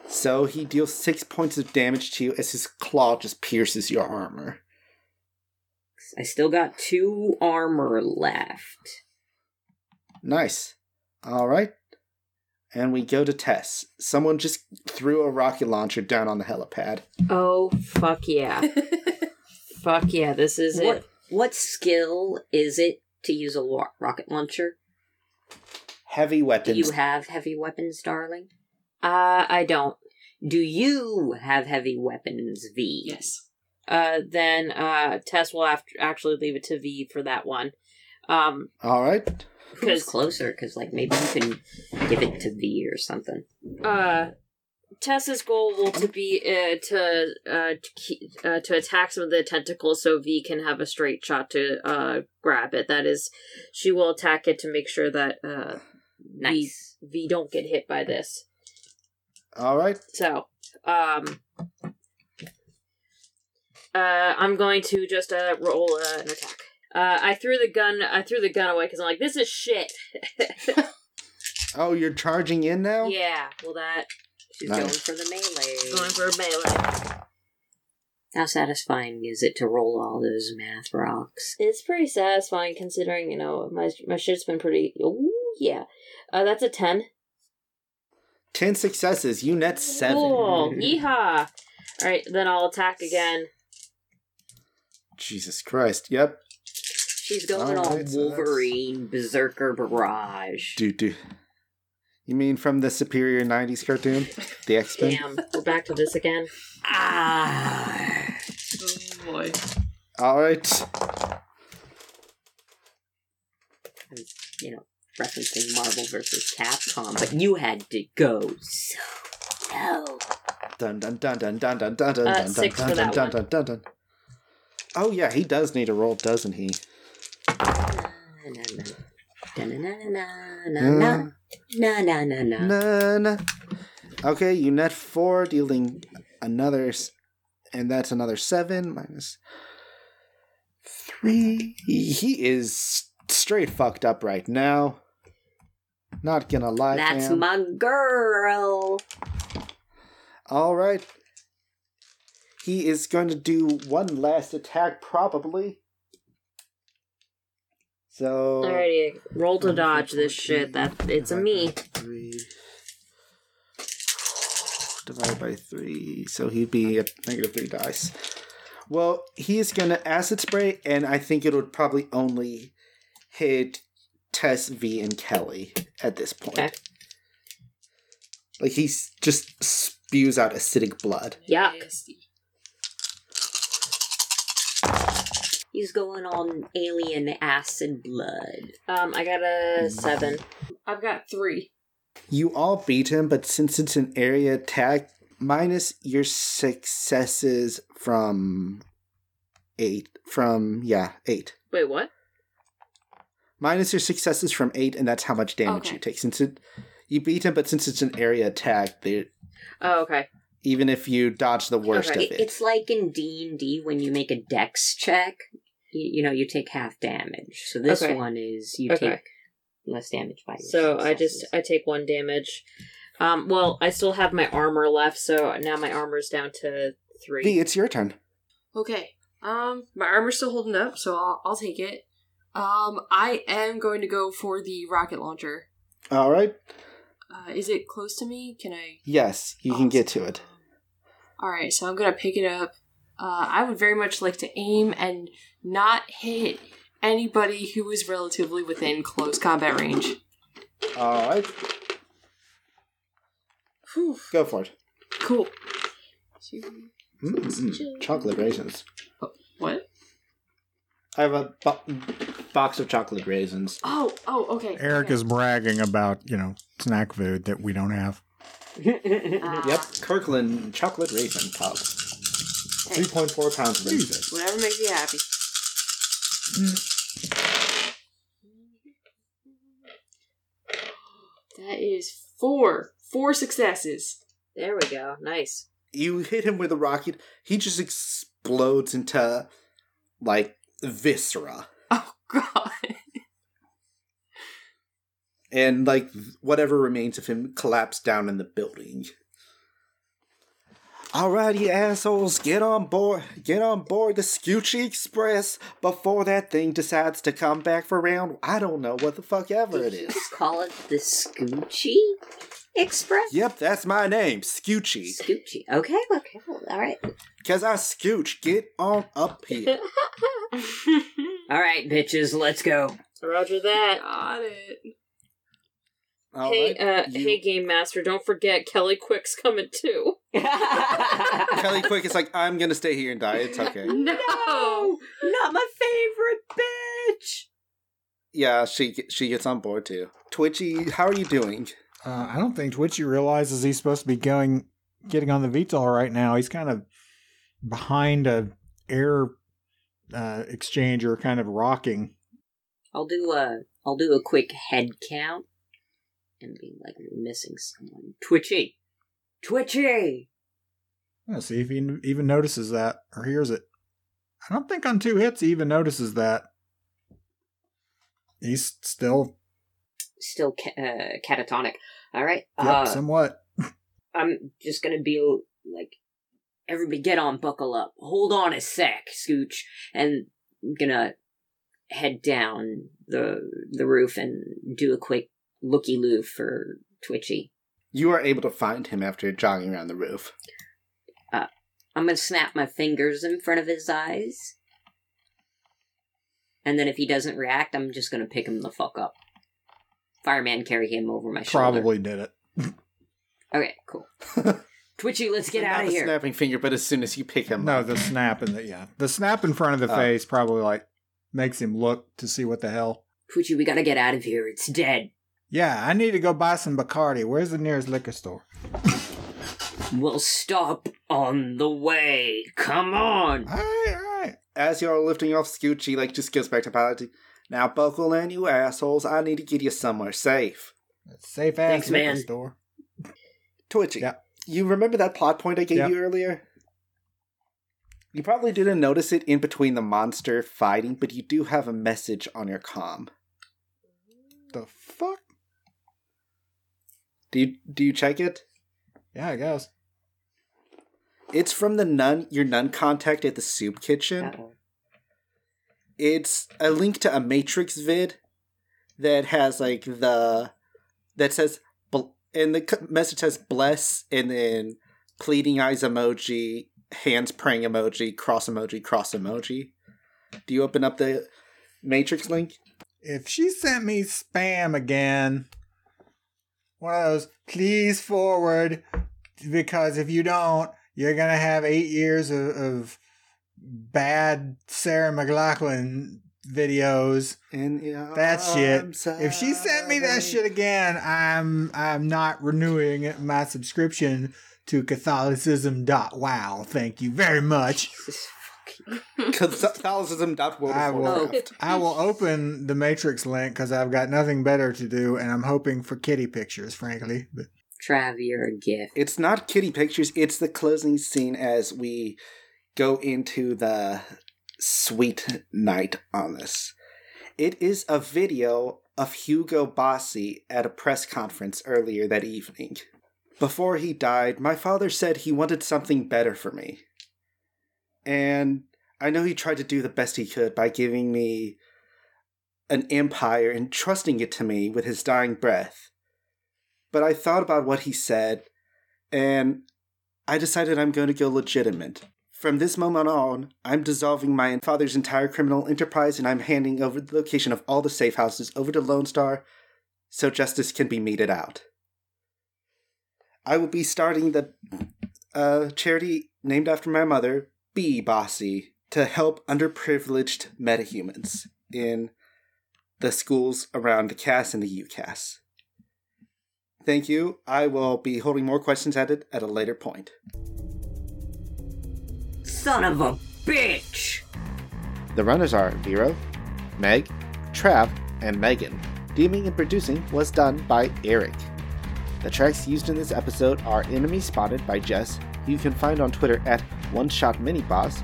Speaker 2: So he deals six points of damage to you as his claw just pierces your armor.
Speaker 4: I still got two armor left.
Speaker 2: Nice. All right. And we go to Tess. Someone just threw a rocket launcher down on the helipad.
Speaker 5: Oh fuck yeah. fuck yeah, this is
Speaker 4: what
Speaker 5: it.
Speaker 4: what skill is it to use a wa- rocket launcher?
Speaker 2: Heavy
Speaker 4: Do
Speaker 2: weapons.
Speaker 4: you have heavy weapons, darling?
Speaker 5: Uh I don't.
Speaker 4: Do you have heavy weapons, V?
Speaker 6: Yes.
Speaker 5: Uh then uh Tess will have to actually leave it to V for that one. Um
Speaker 2: All right.
Speaker 4: Who's
Speaker 5: 'Cause-
Speaker 4: closer? Because like maybe you can give it to V or something.
Speaker 5: uh Tess's goal will to be uh, to uh to, keep, uh to attack some of the tentacles so V can have a straight shot to uh grab it. That is, she will attack it to make sure that uh
Speaker 4: Nice.
Speaker 5: V, v don't get hit by this.
Speaker 2: All right.
Speaker 5: So, um, uh, I'm going to just uh, roll uh, an attack. Uh, I threw the gun. I threw the gun away because I'm like, this is shit.
Speaker 2: Oh, you're charging in now?
Speaker 5: yeah. Well, that
Speaker 4: She's
Speaker 2: Nice.
Speaker 4: going for the melee.
Speaker 5: going for a melee.
Speaker 4: How satisfying is it to roll all those math rocks?
Speaker 5: It's pretty satisfying considering you know my my shit's been pretty. Ooh, yeah. Uh, that's a ten.
Speaker 2: 10 successes. You net 7.
Speaker 5: Cool. Yeehaw. All right, then I'll attack again.
Speaker 2: Jesus Christ. Yep.
Speaker 4: She's going
Speaker 2: All
Speaker 4: all
Speaker 2: right, so that's-
Speaker 4: Wolverine Berserker Barrage.
Speaker 2: Do do. You mean from the superior 90s cartoon? The X Men?
Speaker 5: Damn, we're back to this again.
Speaker 4: Ah.
Speaker 6: Oh boy.
Speaker 2: All right.
Speaker 4: you know, referencing Marvel versus Capcom, but you had to go so no.
Speaker 2: Dun dun dun dun dun dun dun dun
Speaker 5: Uh,
Speaker 2: dun dun
Speaker 5: six
Speaker 2: dun
Speaker 5: for
Speaker 2: dun
Speaker 5: that
Speaker 2: dun
Speaker 5: one.
Speaker 2: dun dun dun. Oh, yeah, he does need a roll, doesn't he?
Speaker 4: Na-na-na. Na-na-na-na.
Speaker 2: None. Okay, you net 4, dealing another. s- And that's another 7 minus 3. He is straight fucked up right now. Not gonna lie.
Speaker 4: That's
Speaker 2: fam.
Speaker 4: my girl.
Speaker 2: All right. He is going to do one last attack, probably. So.
Speaker 5: Alrighty, roll to dodge this shit. That it's a me.
Speaker 2: Three. Divided by three, so he'd be at negative three dice. Well, he is going to acid spray, and I think it would probably only hit Tess, V, and Kelly at this point.
Speaker 5: Okay.
Speaker 2: Like he s- just spews out acidic blood.
Speaker 5: Yuck.
Speaker 6: Nasty.
Speaker 4: He's going on alien acid blood.
Speaker 5: Um, I got a seven.
Speaker 6: I've got three.
Speaker 2: You all beat him, but since it's an area attack, minus your successes from eight. From yeah, eight.
Speaker 5: Wait, what?
Speaker 2: minus your successes from eight, and that's how much damage
Speaker 6: Okay.
Speaker 2: you take. Since it, you beat him, but since it's an area attack, there
Speaker 5: Oh, okay.
Speaker 2: even if you dodge the worst
Speaker 5: Okay,
Speaker 2: of
Speaker 4: It-
Speaker 2: it.
Speaker 4: It's like in D and D when you make a dex check, you, you know, you take half damage. So this
Speaker 5: Okay.
Speaker 4: one is you
Speaker 5: Okay.
Speaker 4: take less damage by. your
Speaker 5: So I just
Speaker 4: successes.
Speaker 5: I take one damage. Um, well, I still have my armor left, so now my armor's down to three.
Speaker 2: V, it's your turn.
Speaker 6: Okay. Um, my armor's still holding up, so I'll, I'll take it. Um, I am going to go for the rocket launcher.
Speaker 2: All right.
Speaker 6: Uh, is it close to me? Can I?
Speaker 2: Yes, you can get to it.
Speaker 6: All right, so I'm gonna pick it up. Uh, I would very much like to aim and not hit anybody who is relatively within close combat range.
Speaker 2: All right.
Speaker 6: Whew,
Speaker 2: Go for it.
Speaker 6: cool. Two-
Speaker 2: Mm-mm. Chocolate raisins.
Speaker 6: Oh, What?
Speaker 2: I have a bo- box of chocolate raisins.
Speaker 6: Oh, oh, okay.
Speaker 9: Eric
Speaker 6: okay.
Speaker 3: is bragging about, you know, snack food that we don't have.
Speaker 6: Ah,
Speaker 2: Yep, Kirkland chocolate raisin pop.
Speaker 6: hey,
Speaker 2: 3.4 pounds of raisins.
Speaker 6: whatever makes you happy. That is four, four successes.
Speaker 5: There we go. Nice.
Speaker 2: You hit him with a rocket, he just explodes into, like, viscera.
Speaker 6: Oh god.
Speaker 2: And, like, whatever remains of him collapsed down in the building. Alright, you assholes, get on board, get on board the Scoochie Express before that thing decides to come back for round. I don't know what the fuck ever it
Speaker 4: Did you
Speaker 2: is.
Speaker 4: call it the Scoochie Express.
Speaker 2: Yep, that's my name, Scoochie.
Speaker 4: Scoochie. Okay. Okay. well, All right.
Speaker 2: Cause I scooch, get on up here.
Speaker 4: All right, bitches. Let's go.
Speaker 5: Roger that.
Speaker 6: Got it.
Speaker 2: All
Speaker 5: hey,
Speaker 2: right,
Speaker 5: uh,
Speaker 2: you-
Speaker 5: hey, game master! Don't forget Kelly Quick's coming too.
Speaker 2: Kelly Quick is like, I'm gonna stay here and die. It's okay.
Speaker 6: No!
Speaker 4: not my favorite bitch.
Speaker 2: Yeah, she she gets on board too. Twitchy, how are you doing?
Speaker 3: Uh, I don't think Twitchy realizes he's supposed to be going getting on the VTOL right now. He's kind of behind a air uh, exchanger, kind of rocking.
Speaker 4: I'll do a I'll do a quick head count and be like we're missing someone. Twitchy, Twitchy.
Speaker 3: Let's see if he n- even notices that or hears it. I don't think on two hits he even notices that. He's still
Speaker 4: Still ca- uh, catatonic. All right.
Speaker 3: yep,
Speaker 4: uh,
Speaker 3: somewhat.
Speaker 4: I'm just gonna be like, everybody get on, buckle up, hold on a sec, Scooch, and I'm gonna head down the the roof and do a quick looky loo for Twitchy.
Speaker 2: You are able to find him after jogging around the roof.
Speaker 4: I'm gonna snap my fingers in front of his eyes. And then if he doesn't react, I'm just gonna pick him the fuck up. Fireman carry him over my shoulder.
Speaker 3: Probably did it.
Speaker 4: Okay, cool. Twitchy, let's get
Speaker 2: Not
Speaker 4: out of
Speaker 2: the
Speaker 4: here.
Speaker 2: Snapping finger, but as soon as you pick him
Speaker 3: No,
Speaker 2: up,
Speaker 3: the snap in the yeah, the snap in front of the
Speaker 2: Oh.
Speaker 3: face probably like makes him look to see what the hell.
Speaker 4: Twitchy, we gotta get out of here. It's dead.
Speaker 3: Yeah, I need to go buy some Bacardi. Where's the nearest liquor store?
Speaker 4: We'll stop on the way. Come on.
Speaker 3: All right, all right.
Speaker 2: as you are lifting off, Scoochie like just goes back to piloting. Now buckle in, you assholes. I need to get you somewhere safe.
Speaker 3: Safe ass
Speaker 4: Thanks,
Speaker 3: liquor
Speaker 4: man.
Speaker 3: store.
Speaker 2: Twitchy.
Speaker 3: Yeah.
Speaker 2: You remember that plot point I gave
Speaker 3: Yeah.
Speaker 2: you earlier? You probably didn't notice it in between the monster fighting, but you do have a message on your comm.
Speaker 3: The fuck?
Speaker 2: Do you do you check it?
Speaker 3: Yeah, I guess.
Speaker 2: It's from the nun your nun contact at the soup kitchen.
Speaker 4: Uh-oh.
Speaker 2: It's a link to a Matrix vid that has like the that says bl- and the c- message says bless and then pleading eyes emoji, hands praying emoji, cross emoji, cross emoji. Do you open up the Matrix link?
Speaker 3: If she sent me spam again, one of those, please forward, because if you don't, you're going to have eight years of, of bad Sarah McLaughlin videos.
Speaker 2: And yeah,
Speaker 3: That shit. If she sent me that shit again, I'm I'm not renewing my subscription to Catholicism. Wow, thank you very much.
Speaker 4: Jesus
Speaker 3: I will,
Speaker 2: Catholicism.worldcraft.
Speaker 3: I will open the Matrix link because I've got nothing better to do, and I'm hoping for kitty pictures, frankly. But
Speaker 4: Trav, you're a gift.
Speaker 2: It's not kitty pictures, it's the closing scene as we go into the sweet night on this. It is a video of Hugo Bossi at a press conference earlier that evening. Before he died, my father said he wanted something better for me. And I know he tried to do the best he could by giving me an empire and trusting it to me with his dying breath. But I thought about what he said, and I decided I'm going to go legitimate. From this moment on, I'm dissolving my father's entire criminal enterprise and I'm handing over the location of all the safe houses over to Lone Star so justice can be meted out. I will be starting the uh, charity named after my mother, Bee Bossy, to help underprivileged metahumans in the schools around the CAS and the UCAS. Thank you. I will be holding more questions at it at a later point.
Speaker 4: Son of a bitch!
Speaker 2: The runners are Vero, Meg, Trav, and Megan. DMing and producing was done by Eric. The tracks used in this episode are Enemy Spotted by Jess, who you can find on Twitter at One Shot Mini Boss,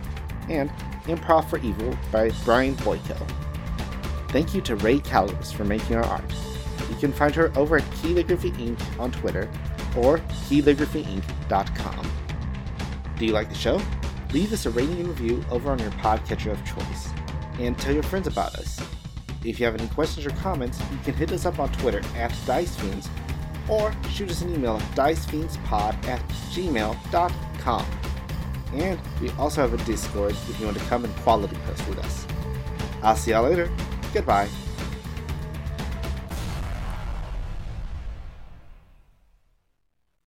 Speaker 2: and Improv for Evil by Brian Boyko. Thank you to Ray Calibus for making our art. You can find her over at Calligraphy Inc. on Twitter or calligraphyinc.com. Do you like the show? Leave us a rating and review over on your podcatcher of choice. And tell your friends about us. If you have any questions or comments, you can hit us up on Twitter at DiceFiends or shoot us an email at dicefeendspod at gmail.com. And we also have a Discord if you want to come and quality post with us. I'll see y'all later. Goodbye.